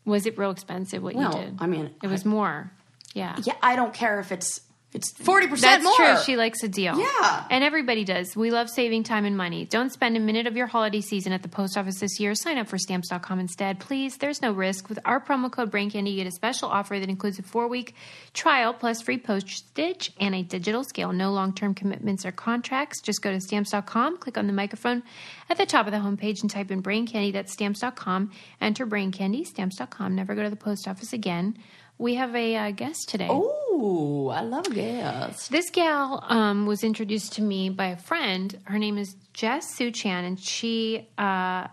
Was it real expensive what Well, you did? I mean, it was more. Yeah. Yeah, I don't care if it's it's forty That's percent more. true. She likes a deal. Yeah. And everybody does. We love saving time and money. Don't spend a minute of your holiday season at the post office this year. Sign up for stamps.com instead, please. There's no risk. With our promo code BrainCandy, you get a special offer that includes a four week trial plus free postage and a digital scale. No long term commitments or contracts. Just go to stamps.com, click on the microphone at the top of the homepage, and type in brain candy. That's stamps.com. Enter brain candy, stamps.com. Never go to the post office again. We have a uh, guest today. Oh, Ooh, I love gas. This gal um, was introduced to me by a friend. Her name is Jess Suchan, and she uh,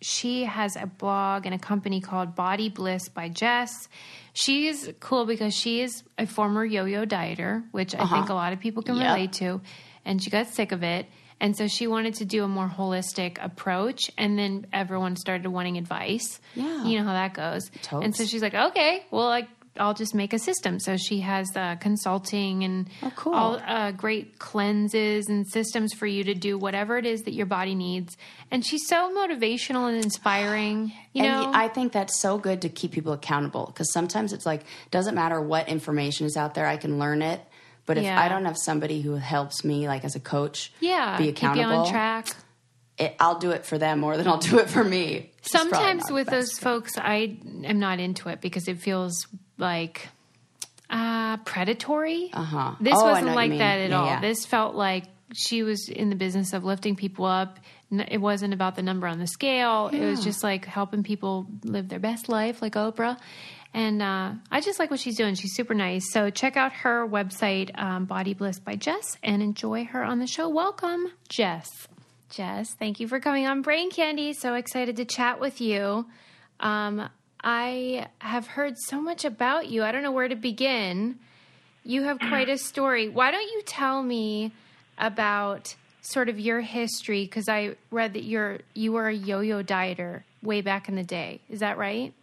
she has a blog and a company called Body Bliss by Jess. She is cool because she is a former yo-yo dieter, which I think a lot of people can Uh-huh. Yeah. relate to, and she got sick of it. And so she wanted to do a more holistic approach, and then everyone started wanting advice. Yeah. you know how that goes. And so Totes. she's like, "Okay, well, like all just make a system. So she has uh, consulting and Oh, cool. all uh, great cleanses and systems for you to do whatever it is that your body needs. And she's so motivational and inspiring. You and know, I think that's so good to keep people accountable because sometimes it's like doesn't matter what information is out there, I can learn it. But if Yeah. I don't have somebody who helps me, like as a coach, yeah, be keep you accountable, on track. It, I'll do it for them more than I'll do it for me. It's probably Sometimes not with the those best. folks, I am not into it because it feels like uh, predatory. Uh-huh. This Oh, I know what wasn't you like mean. that at Yeah, all. yeah. This felt like she was in the business of lifting people up. N- It wasn't about the number on the scale. It was just like helping people live their best life, like Oprah. And uh, I just like what she's doing. She's super nice. So check out her website, um, Body Bliss by Jess, and enjoy her on the show. Welcome, Jess. Jess, thank you for coming on Brain Candy. So excited to chat with you. Um, I have heard so much about you. I don't know where to begin. You have quite a story. Why don't you tell me about sort of your history? Because I read that you're you were a yo-yo dieter way back in the day. Is that right?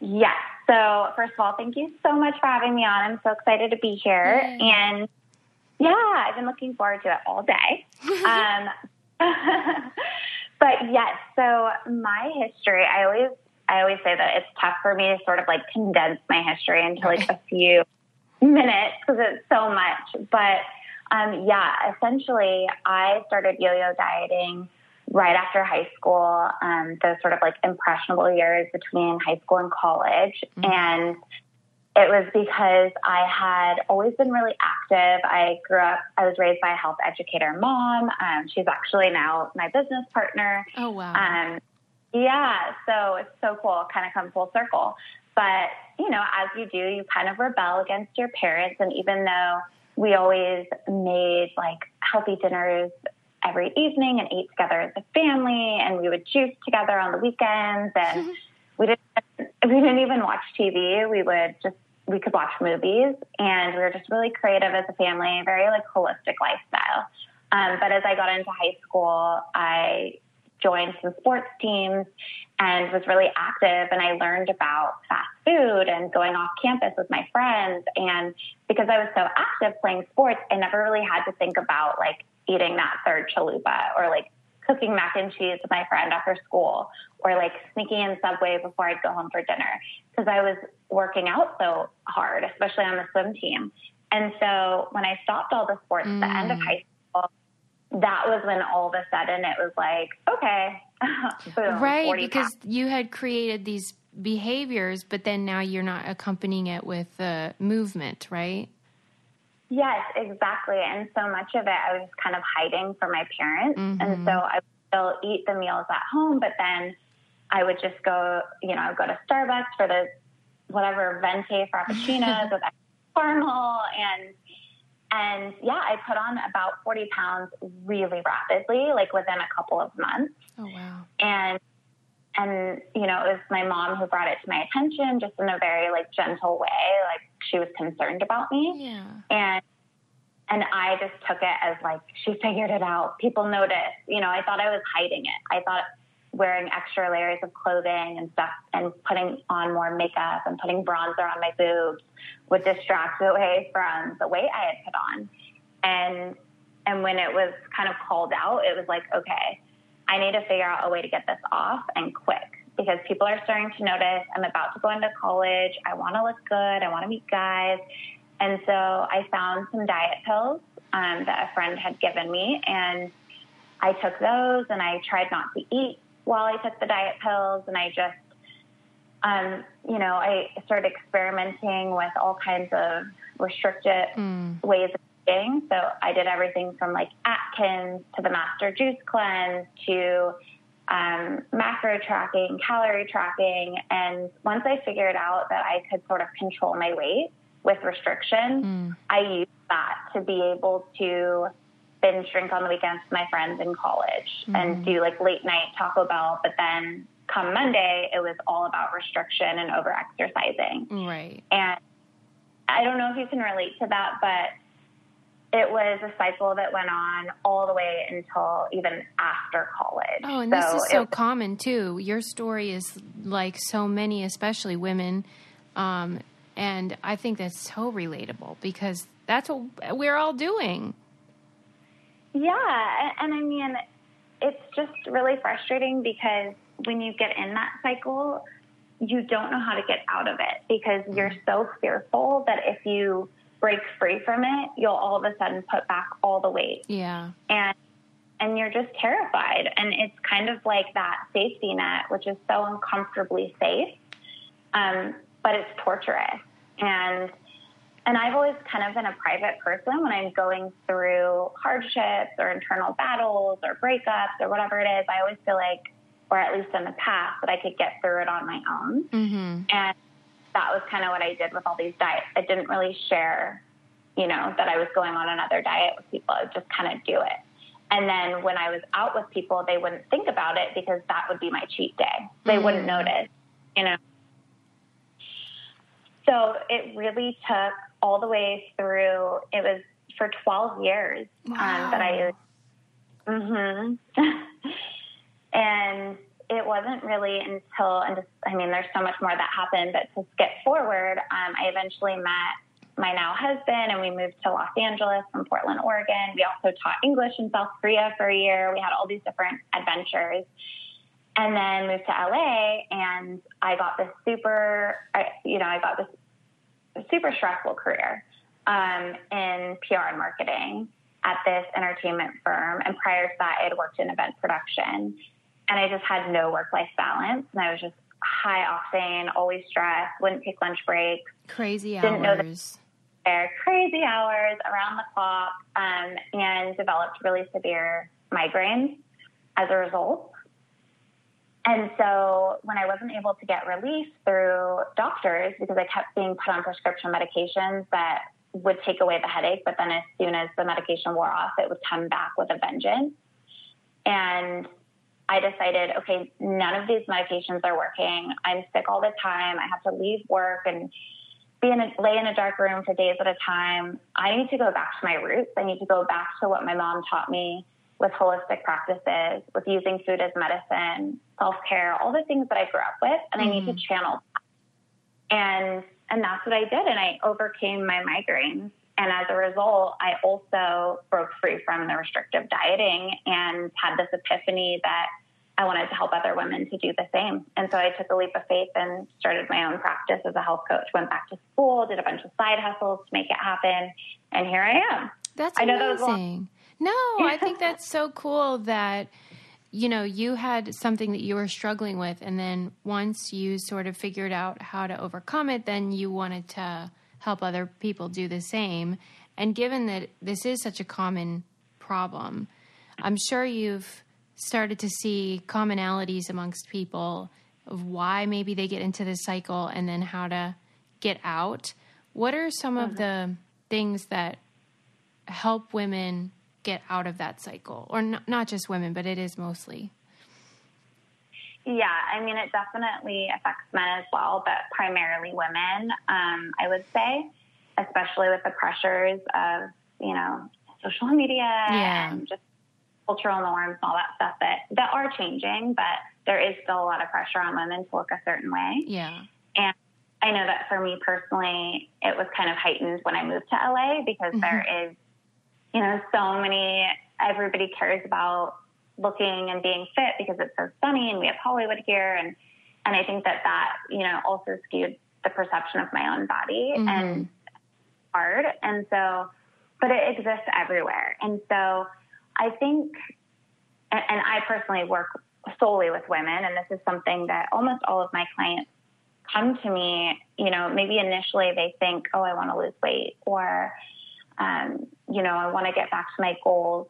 Yes. So, first of all, thank you so much for having me on. I'm so excited to be here. Yay. And yeah, I've been looking forward to it all day. um, but yes, so my history, I always I always say that it's tough for me to sort of like condense my history into like a few minutes because it's so much. But um, yeah, essentially, I started yo-yo dieting right after high school, um, those sort of like impressionable years between high school and college, and it was because I had always been really active. I grew up. I was raised by a health educator mom. Um, she's actually now my business partner. Oh wow. Um, yeah, so it's so cool, kind of come full circle. But, you know, as you do, you kind of rebel against your parents. And even though we always made like healthy dinners every evening and ate together as a family, and we would juice together on the weekends, and we didn't, we didn't even watch TV. We would just, we could watch movies, and we were just really creative as a family, very like holistic lifestyle. Um, but as I got into high school, I joined some sports teams and was really active and I learned about fast food and going off campus with my friends and because I was so active playing sports I never really had to think about like eating that third chalupa or like cooking mac and cheese with my friend after school or like sneaking in subway before I'd go home for dinner because I was working out so hard especially on the swim team and so when I stopped all the sports at the end of high school that was when all of a sudden it was like, okay, boom, right, 40 because pounds. you had created these behaviors, but then now you're not accompanying it with the movement, right? Yes, exactly. And so much of it I was kind of hiding from my parents. Mm-hmm. And so I would still eat the meals at home, but then I would just go, you know, I would go to Starbucks for the whatever venti frappuccinos with extra caramel and and yeah, I put on about 40 pounds really rapidly, like within a couple of months. Oh wow. and and you know it was my mom who brought it to my attention just in a very like gentle way like she was concerned about me Yeah. and and i just took it as like she figured it out people noticed you know i thought i was hiding it i thought wearing extra layers of clothing and stuff and putting on more makeup and putting bronzer on my boobs would distract away from the weight i had put on and and when it was kind of called out it was like okay I need to figure out a way to get this off and quick because people are starting to notice I'm about to go into college. I want to look good. I want to meet guys. And so I found some diet pills um, that a friend had given me and I took those and I tried not to eat while I took the diet pills and I just um, you know, I started experimenting with all kinds of restricted ways of eating. So I did everything from like Atkins to the Master Juice Cleanse to um, macro tracking, calorie tracking. And once I figured out that I could sort of control my weight with restriction, I used that to be able to binge drink on the weekends with my friends in college Mm-hmm. and do like late night Taco Bell. But then come Monday, it was all about restriction and over exercising. Mm-hmm. Right. And I don't know if you can relate to that, but it was a cycle that went on all the way until even after college. Oh, and this is so it- common too. Your story is like so many, especially women, um, And I think that's so relatable because that's what we're all doing. Yeah, and, and I mean, it's just really frustrating because when you get in that cycle, you don't know how to get out of it because you're so fearful that if you break free from it, you'll all of a sudden put back all the weight Yeah. and and you're just terrified and it's kind of like that safety net which is so uncomfortably safe um, but it's torturous and and i've always kind of been a private person when i'm going through hardships or internal battles or breakups or whatever it is i always feel like or at least in the past that i could get through it on my own Mm-hmm. and that was kind of what I did with all these diets. I didn't really share, you know, that I was going on another diet with people. I would just kind of do it. And then when I was out with people, they wouldn't think about it because that would be my cheat day. They wouldn't notice, you know. So it really took all the way through. It was for 12 years um, that I Mm-hmm. and it wasn't really until, and just, I mean, there's so much more that happened, but to skip forward, um, I eventually met my now husband and we moved to Los Angeles from Portland, Oregon. We also taught English in South Korea for a year. We had all these different adventures and then moved to LA and I got this super, I, you know, I got this super stressful career um, in PR and marketing at this entertainment firm. And prior to that, I had worked in event production. And I just had no work life balance. And I was just high octane, always stressed, wouldn't take lunch breaks Crazy Didn't know that- hours. there crazy hours around the clock um, and developed really severe migraines as a result. And so when I wasn't able to get relief through doctors because I kept being put on prescription medications that would take away the headache, but then as soon as the medication wore off, it would come back with a vengeance. And I decided, okay, none of these medications are working. I'm sick all the time. I have to leave work and be in a, lay in a dark room for days at a time. I need to go back to my roots. I need to go back to what my mom taught me with holistic practices, with using food as medicine, self care, all the things that I grew up with, and I need to channel. that. And and that's what I did, and I overcame my migraines. And as a result, I also broke free from the restrictive dieting and had this epiphany that I wanted to help other women to do the same. And so I took a leap of faith and started my own practice as a health coach. Went back to school, did a bunch of side hustles to make it happen, and here I am. That's I know that was long. amazing. No, I think that's so cool that you know you had something that you were struggling with, and then once you sort of figured out how to overcome it, then you wanted to help other people do the same. And given that this is such a common problem, I'm sure you've started to see commonalities amongst people of why maybe they get into this cycle and then how to get out. What are some Mm-hmm. of the things that help women get out of that cycle or n- not just women but it is mostly Yeah, I mean, it definitely affects men as well, but primarily women, um, I would say, especially with the pressures of, you know, social media Yeah. and just cultural norms and all that stuff that, that are changing, but there is still a lot of pressure on women to look a certain way. yeah And I know that for me personally, it was kind of heightened when I moved to LA because there is, you know, so many, everybody cares about looking and being fit because it's so sunny and we have Hollywood here. And, and I think that that, you know, also skewed the perception of my own body and hard. And so, but it exists everywhere. And so I think and, and I personally work solely with women, and this is something that almost all of my clients come to me. You know, maybe initially they think, "Oh, I want to lose weight," or, um, you know, "I want to get back to my goals,"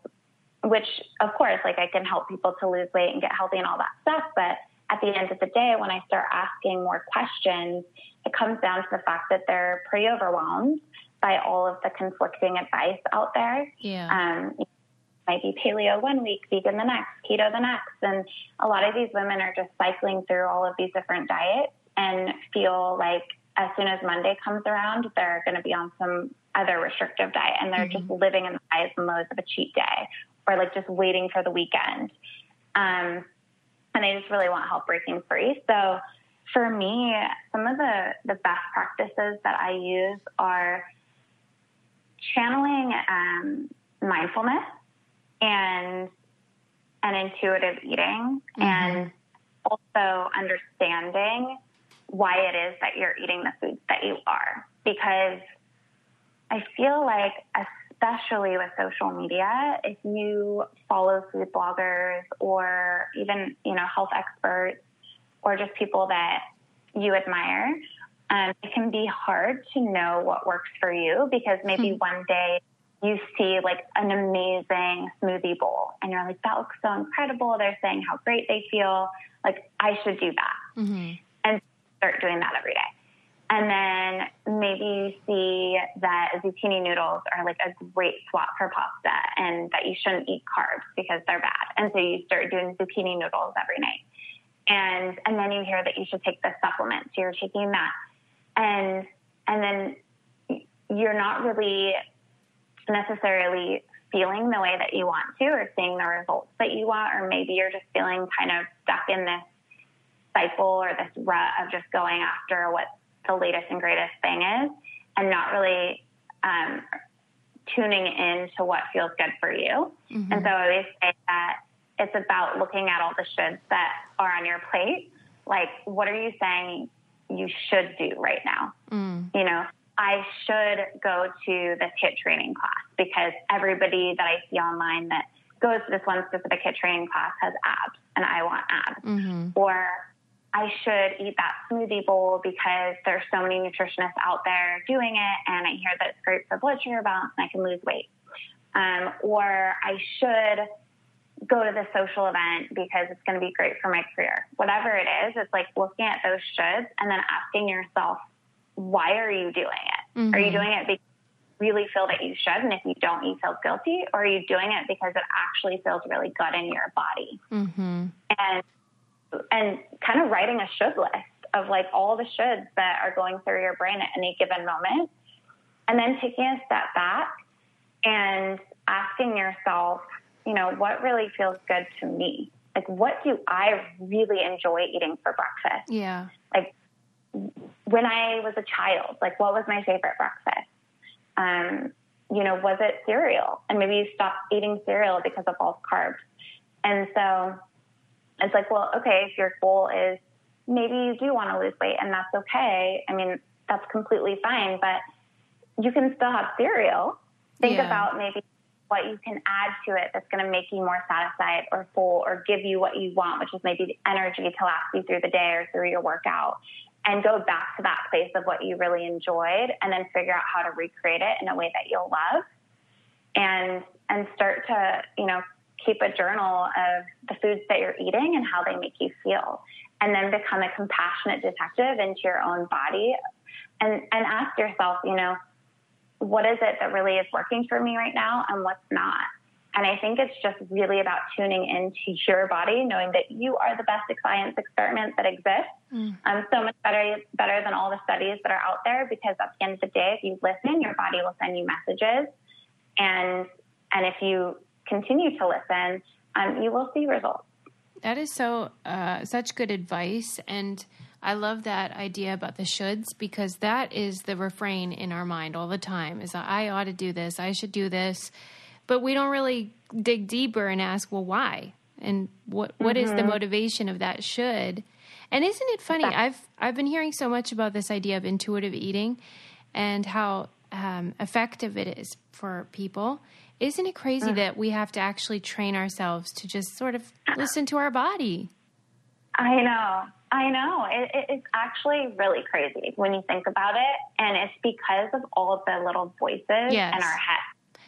which, of course, like I can help people to lose weight and get healthy and all that stuff, but. At the end of the day, when I start asking more questions, it comes down to the fact that they're pretty overwhelmed by all of the conflicting advice out there yeah um, might be paleo one week, vegan the next, keto the next. And a lot of these women are just cycling through all of these different diets and feel like as soon as Monday comes around, they're going to be on some other restrictive diet and they're just living in the highs and lows of a cheat day or like just waiting for the weekend. Um, and they just really want help breaking free. So for me, some of the, the best practices that I use are channeling um, mindfulness and and intuitive eating and also understanding why it is that you're eating the foods that you are. Because I feel like, especially with social media, if you follow food bloggers or even, you know, health experts or just people that you admire, um, it can be hard to know what works for you because maybe one day you see like an amazing smoothie bowl and you're like, that looks so incredible. They're saying how great they feel. Like, I should do that and start doing that every day. And then maybe you see that zucchini noodles are like a great swap for pasta and that you shouldn't eat carbs because they're bad. And so you start doing zucchini noodles every night. And and then you hear that you should take this supplement, so you're taking that. And and then y- you're not really necessarily feeling the way that you want to or seeing the results that you want, or maybe you're just feeling kind of stuck in this cycle or this rut of just going after what the latest and greatest thing is and not really um, tuning in to what feels good for you. And so I always say that it's about looking at all the shoulds that are on your plate. Like, what are you saying you should do right now? You know, I should go to this HIT training class because everybody that I see online that goes to this one specific HIT training class has abs and I want abs or I should eat that smoothie bowl because there's so many nutritionists out there doing it, and I hear that it's great for blood sugar balance and I can lose weight. Um, or I should go to the social event because it's going to be great for my career. Whatever it is, it's like looking at those shoulds and then asking yourself, why are you doing it? Are you doing it because you really feel that you should, and if you don't, you feel guilty? Or are you doing it because it actually feels really good in your body? Mm-hmm. And and kind of writing a should list of like all the shoulds that are going through your brain at any given moment. And then taking a step back and asking yourself, you know, what really feels good to me? Like, what do I really enjoy eating for breakfast? Yeah. Like, when I was a child, like, what was my favorite breakfast? Um, you know, was it cereal? And maybe you stopped eating cereal because of false carbs. And so, it's like, well, okay, if your goal is maybe you do want to lose weight and that's okay. I mean, that's completely fine, but you can still have cereal. Think Yeah. about maybe what you can add to it that's going to make you more satisfied or full or give you what you want, which is maybe the energy to last you through the day or through your workout. And go back to that place of what you really enjoyed and then figure out how to recreate it in a way that you'll love and and start to you know keep a journal of the foods that you're eating and how they make you feel and then become a compassionate detective into your own body and and ask yourself you know what is it that really is working for me right now and what's not and i think it's just really about tuning into your body knowing that you are the best science experiment that exists um, so much better better than all the studies that are out there because at the end of the day if you listen your body will send you messages and and if you continue to listen, um, you will see results. That is so uh, such good advice, and I love that idea about the shoulds because that is the refrain in our mind all the time: is I ought to do this, I should do this, but we don't really dig deeper and ask, well, why, and what what is the motivation of that should? And isn't it funny? I've I've been hearing so much about this idea of intuitive eating, and how um, effective it is for people. Isn't it crazy that we have to actually train ourselves to just sort of listen to our body? I know, I know. It, it, it's actually really crazy when you think about it, and it's because of all of the little voices Yes. in our head.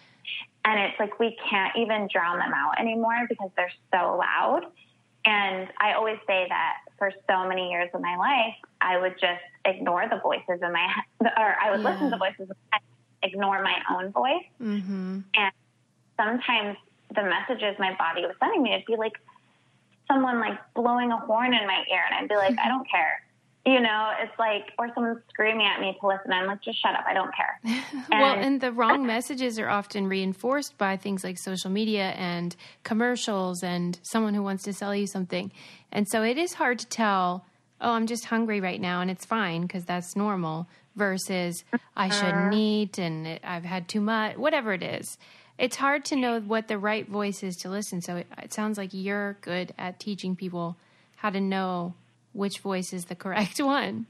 And it's like we can't even drown them out anymore because they're so loud. And I always say that for so many years of my life, I would just ignore the voices in my head, or I would listen to the voices in my head, ignore my own voice. And sometimes the messages my body was sending me, it'd be like someone like blowing a horn in my ear, and I'd be like, Mm-hmm. I don't care. You know, it's like, or someone screaming at me to listen. I'm like, just shut up. I don't care. well, and the wrong messages are often reinforced by things like social media and commercials and someone who wants to sell you something. And so it is hard to tell oh, I'm just hungry right now and it's fine because that's normal versus I shouldn't eat and it, I've had too much, whatever it is. It's hard to know what the right voice is to listen. So it, it sounds like you're good at teaching people how to know which voice is the correct one.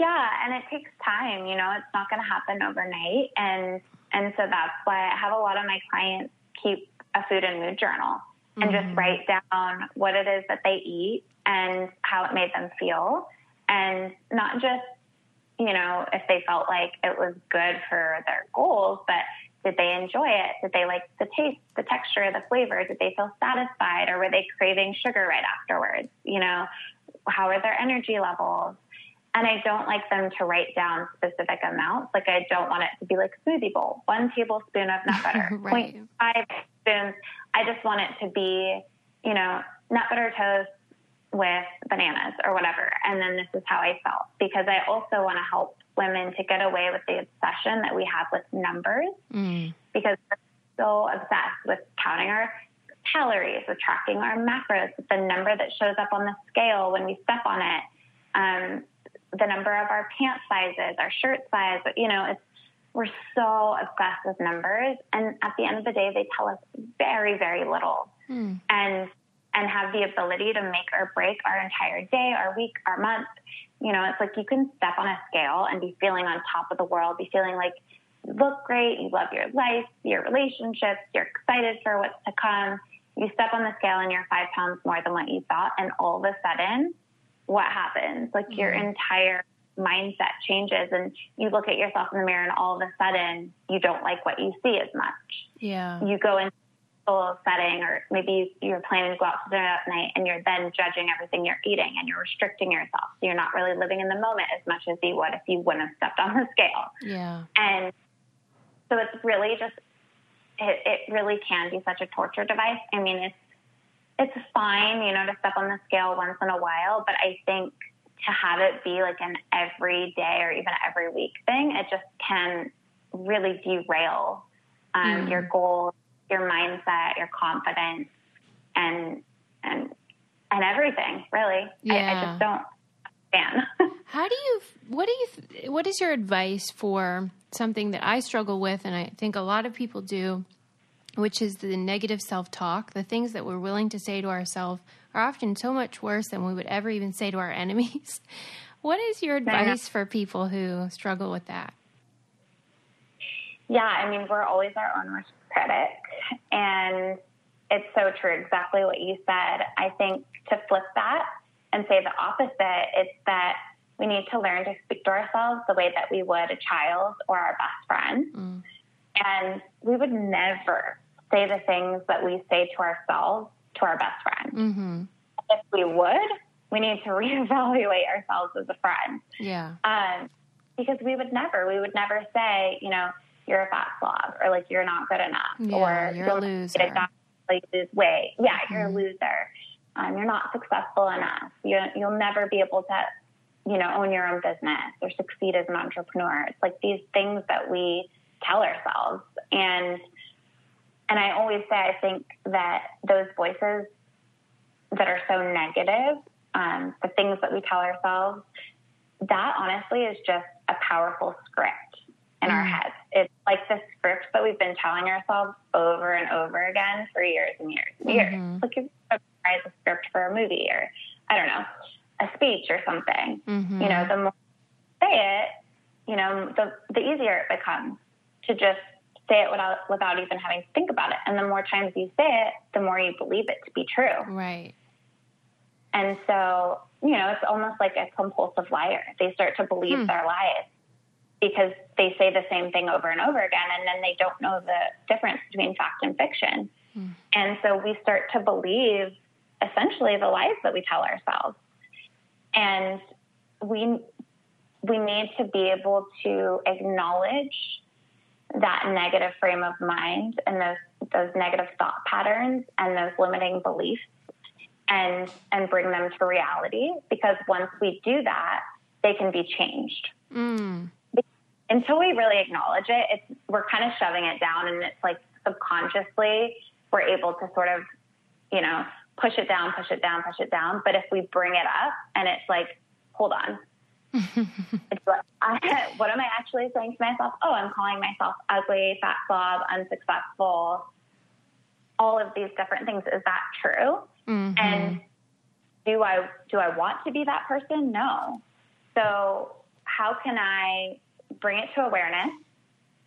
Yeah, and it takes time, you know, it's not going to happen overnight and and so that's why I have a lot of my clients keep a food and mood journal and just Mm-hmm. write down what it is that they eat and how it made them feel and not just you know, if they felt like it was good for their goals, but did they enjoy it? Did they like the taste, the texture, the flavor? Did they feel satisfied or were they craving sugar right afterwards? You know, how are their energy levels? And I don't like them to write down specific amounts. Like I don't want it to be like smoothie bowl, one tablespoon of nut butter, Right. 0.5 spoons. I just want it to be, you know, nut butter toast with bananas or whatever. And then this is how I felt because I also want to help women to get away with the obsession that we have with numbers because we're so obsessed with counting our calories, with tracking our macros, with the number that shows up on the scale when we step on it, um, the number of our pant sizes, our shirt size. You know, it's we're so obsessed with numbers, and at the end of the day, they tell us very, very little, and and have the ability to make or break our entire day, our week, our month. You know, it's like you can step on a scale and be feeling on top of the world, be feeling like you look great, you love your life, your relationships, you're excited for what's to come. You step on the scale and you're five pounds more than what you thought, and all of a sudden, what happens? Like your entire mindset changes, and you look at yourself in the mirror, and all of a sudden, you don't like what you see as much Yeah. you go into a social setting or maybe you're planning to go out to dinner that night and you're then judging everything you're eating and you're restricting yourself. So you're not really living in the moment as much as you would if you wouldn't have stepped on the scale. Yeah. And so it's really just, it, it really can be such a torture device. I mean, it's, it's fine, you know, to step on the scale once in a while, but I think to have it be like an everyday or even every week thing, it just can really derail um, your goals, your mindset, your confidence, and and and everything. Really, I, I Yeah. just don't understand. How do you, what do you, what is your advice for something that I struggle with and I think a lot of people do, which is the negative self talk? The things that we're willing to say to ourselves are often so much worse than we would ever even say to our enemies. What is your advice for people who struggle with that? Yeah, I mean, we're always our own worst critic. And it's so true, exactly what you said. I think to flip that and say the opposite, it's that we need to learn to speak to ourselves the way that we would a child or our best friend. And we would never say the things that we say to ourselves to our best friend. If we would, we need to reevaluate ourselves as a friend Yeah. um, because we would never, we would never say, you know, you're a fat slob or like you're not good enough Yeah, or you're a "You'll loser." Mm-hmm. Get a job, like lose weight. Yeah, you're a loser. Um, you're not successful enough. You, you'll never be able to, you know, own your own business or succeed as an entrepreneur. It's like these things that we tell ourselves and and I always say I think that those voices that are so negative, um, the things that we tell ourselves, that honestly is just a powerful script in our heads. It's like the script that we've been telling ourselves over and over again for years and years and years. Like if you memorize a script for a movie or I don't know, a speech or something. You know, the more you say it, you know, the the easier it becomes to just say it without without even having to think about it. And the more times you say it, the more you believe it to be true. Right. And so, you know, it's almost like a compulsive liar. They start to believe their lies because they say the same thing over and over again, and then they don't know the difference between fact and fiction. And so we start to believe essentially the lies that we tell ourselves. And we, we need to be able to acknowledge that negative frame of mind and those, those negative thought patterns and those limiting beliefs and and bring them to reality because once we do that they can be changed until we really acknowledge it it's we're kind of shoving it down and it's like subconsciously we're able to sort of you know push it down, push it down, push it down. But if we bring it up and it's like, hold on, it's like, I, what am I actually saying to myself? Oh, I'm calling myself ugly, fat slob, unsuccessful, all of these different things. Is that true? Mm-hmm. And do I do I want to be that person? No. So how can I bring it to awareness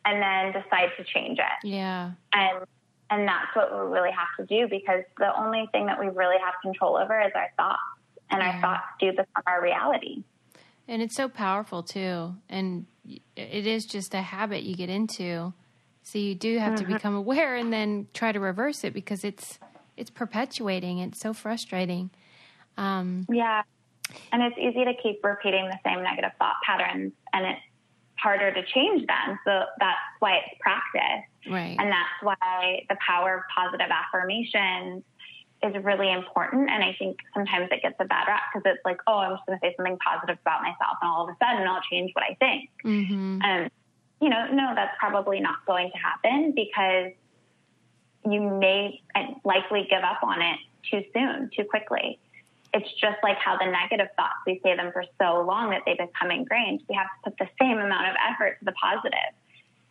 and then decide to change it? Yeah. and and that's what we really have to do because the only thing that we really have control over is our thoughts and Yeah. our thoughts do become our reality And it's so powerful too. And y- it is just a habit you get into. So you do have to become aware and then try to reverse it because it's it's perpetuating. It's so frustrating. Um, yeah and it's easy to keep repeating the same negative thought patterns and it's harder to change them so that's why it's practice right. and that's why the power of positive affirmations is really important and i think sometimes it gets a bad rap because it's like oh i'm just going to say something positive about myself and all of a sudden i'll change what i think mm-hmm. um, you know, no, that's probably not going to happen because you may and likely give up on it too soon, too quickly. It's just like how the negative thoughts, we say them for so long that they become ingrained. We have to put the same amount of effort to the positive.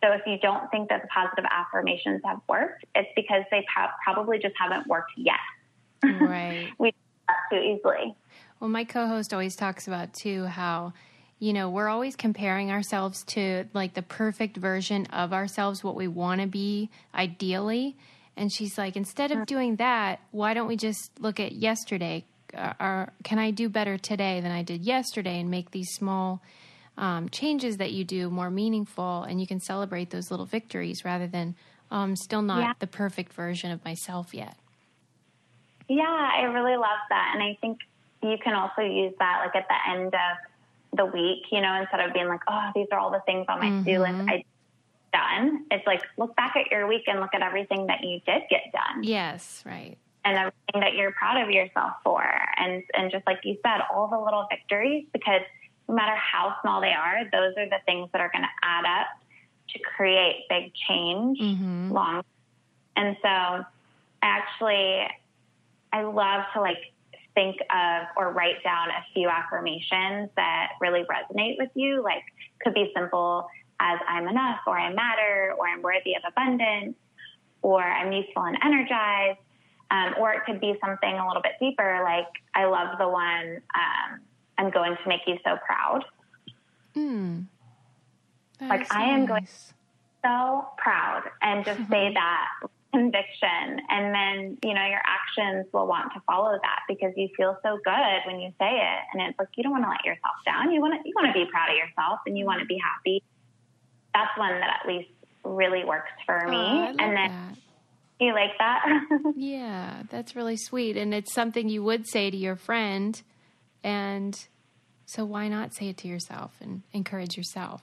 So if you don't think that the positive affirmations have worked, it's because they pro- probably just haven't worked yet. right. We do that too easily. Well, my co host always talks about too how, you know, we're always comparing ourselves to like the perfect version of ourselves, what we want to be ideally. And she's like, instead Uh-huh. of doing that, why don't we just look at yesterday? Uh, or can I do better today than I did yesterday and make these small um, changes that you do more meaningful? And you can celebrate those little victories rather than, oh, I'm still not Yeah. the perfect version of myself yet. Yeah, I really love that. And I think you can also use that like at the end of the week, you know, instead of being like, oh, these are all the things on my to-do list I done. It's like look back at your week and look at everything that you did get done Yes, right. and everything that you're proud of yourself for. And and just like you said, all the little victories because no matter how small they are, those are the things that are gonna add up to create big change long. And so I actually I love to like think of or write down a few affirmations that really resonate with you. Like could be simple as I'm enough or I matter or I'm worthy of abundance or I'm useful and energized. Um, or it could be something a little bit deeper, like I love the one um, I'm going to make you so proud. That Like, is I am going- nice. so proud and just Mm-hmm. say that with conviction and then you know your actions will want to follow that because you feel so good when you say it and it's like you don't want to let yourself down you want to you want to be proud of yourself and you want to be happy that's one that at least really works for me Oh, I love and then that. you like that Yeah, that's really sweet. And it's something you would say to your friend. And so why not say it to yourself and encourage yourself?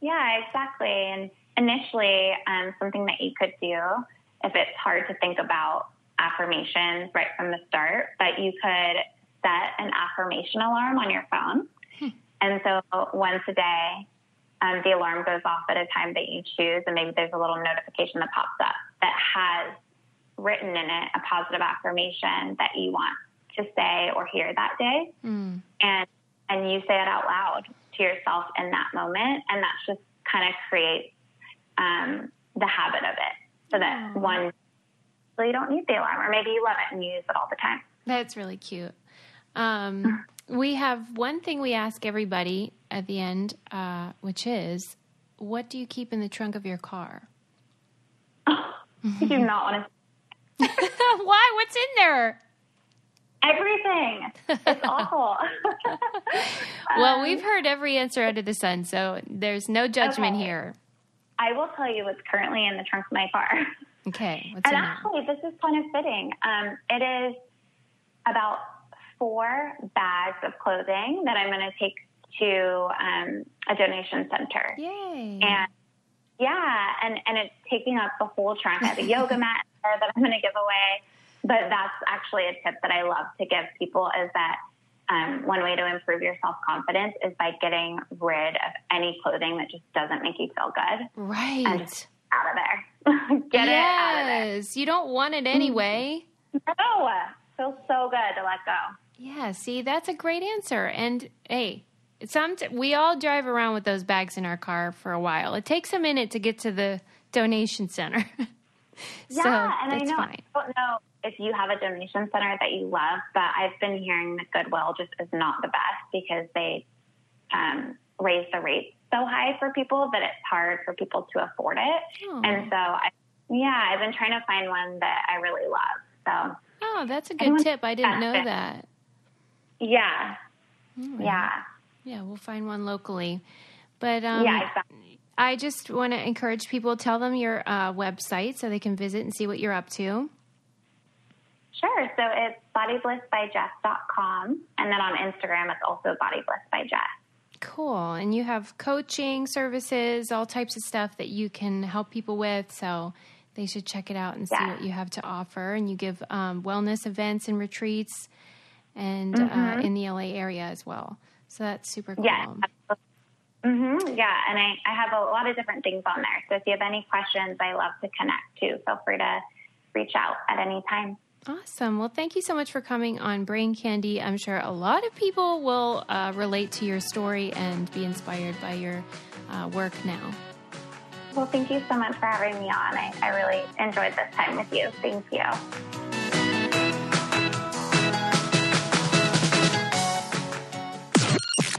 Yeah, exactly. And initially, um, something that you could do if it's hard to think about affirmations right from the start, but you could set an affirmation alarm on your phone. And so once a day, um, the alarm goes off at a time that you choose, and maybe there's a little notification that pops up that has written in it a positive affirmation that you want to say or hear that day and and you say it out loud to yourself in that moment, and that's just kind of creates um, the habit of it, so that one, so you don't need the alarm, or maybe you love it and you use it all the time. That's really cute. Um, we have one thing we ask everybody at the end, uh, which is what do you keep in the trunk of your car? You do not want to why? What's in there? everything. It's awful. Well, we've heard every answer under the sun, so there's no judgment Okay. here. I will tell you what's currently in the trunk of my car. Okay, what's And in there? actually, this is kind of fitting. Um, it is about four bags of clothing that I'm going to take to um, a donation center. Yay. And yeah, and, and it's taking up the whole trunk. I have a yoga mat there that I'm going to give away. But that's actually a tip that I love to give people is that um, one way to improve your self confidence is by getting rid of any clothing that just doesn't make you feel good right. out of there. Mm. Get it out of there. yes. You don't want it anyway. No, feels so good to let go. Yeah, see, that's a great answer. And hey, some we all drive around with those bags in our car for a while. It takes a minute to get to the donation center. Yeah, so and I it's know fine. I don't know if you have a donation center that you love, but I've been hearing that Goodwill just is not the best because they um, raise the rates so high for people that it's hard for people to afford it. Oh. And so, I, yeah, I've been trying to find one that I really love. Oh, that's a good Everyone- tip. I didn't know That's it. that. So, yeah, yeah, Yeah, we'll find one locally. But um, yeah, exactly. I just want to encourage people tell them your uh, website so they can visit and see what you're up to. Sure. So it's bodyblissbyjess.com. And then on Instagram, it's also bodyblissbyjess. Cool. And you have coaching services, all types of stuff that you can help people with. So they should check it out and see Yeah. what you have to offer. And you give um, wellness events and retreats and uh, in the LA area as well. So that's super cool. Yes. Mm-hmm. Yeah, and I, I have a lot of different things on there. So if you have any questions, I love to connect too. Feel free to reach out at any time. Awesome. Well, thank you so much for coming on Brain Candy. I'm sure a lot of people will uh, relate to your story and be inspired by your uh, work now. Well, thank you so much for having me on. I, I really enjoyed this time with you. Thank you.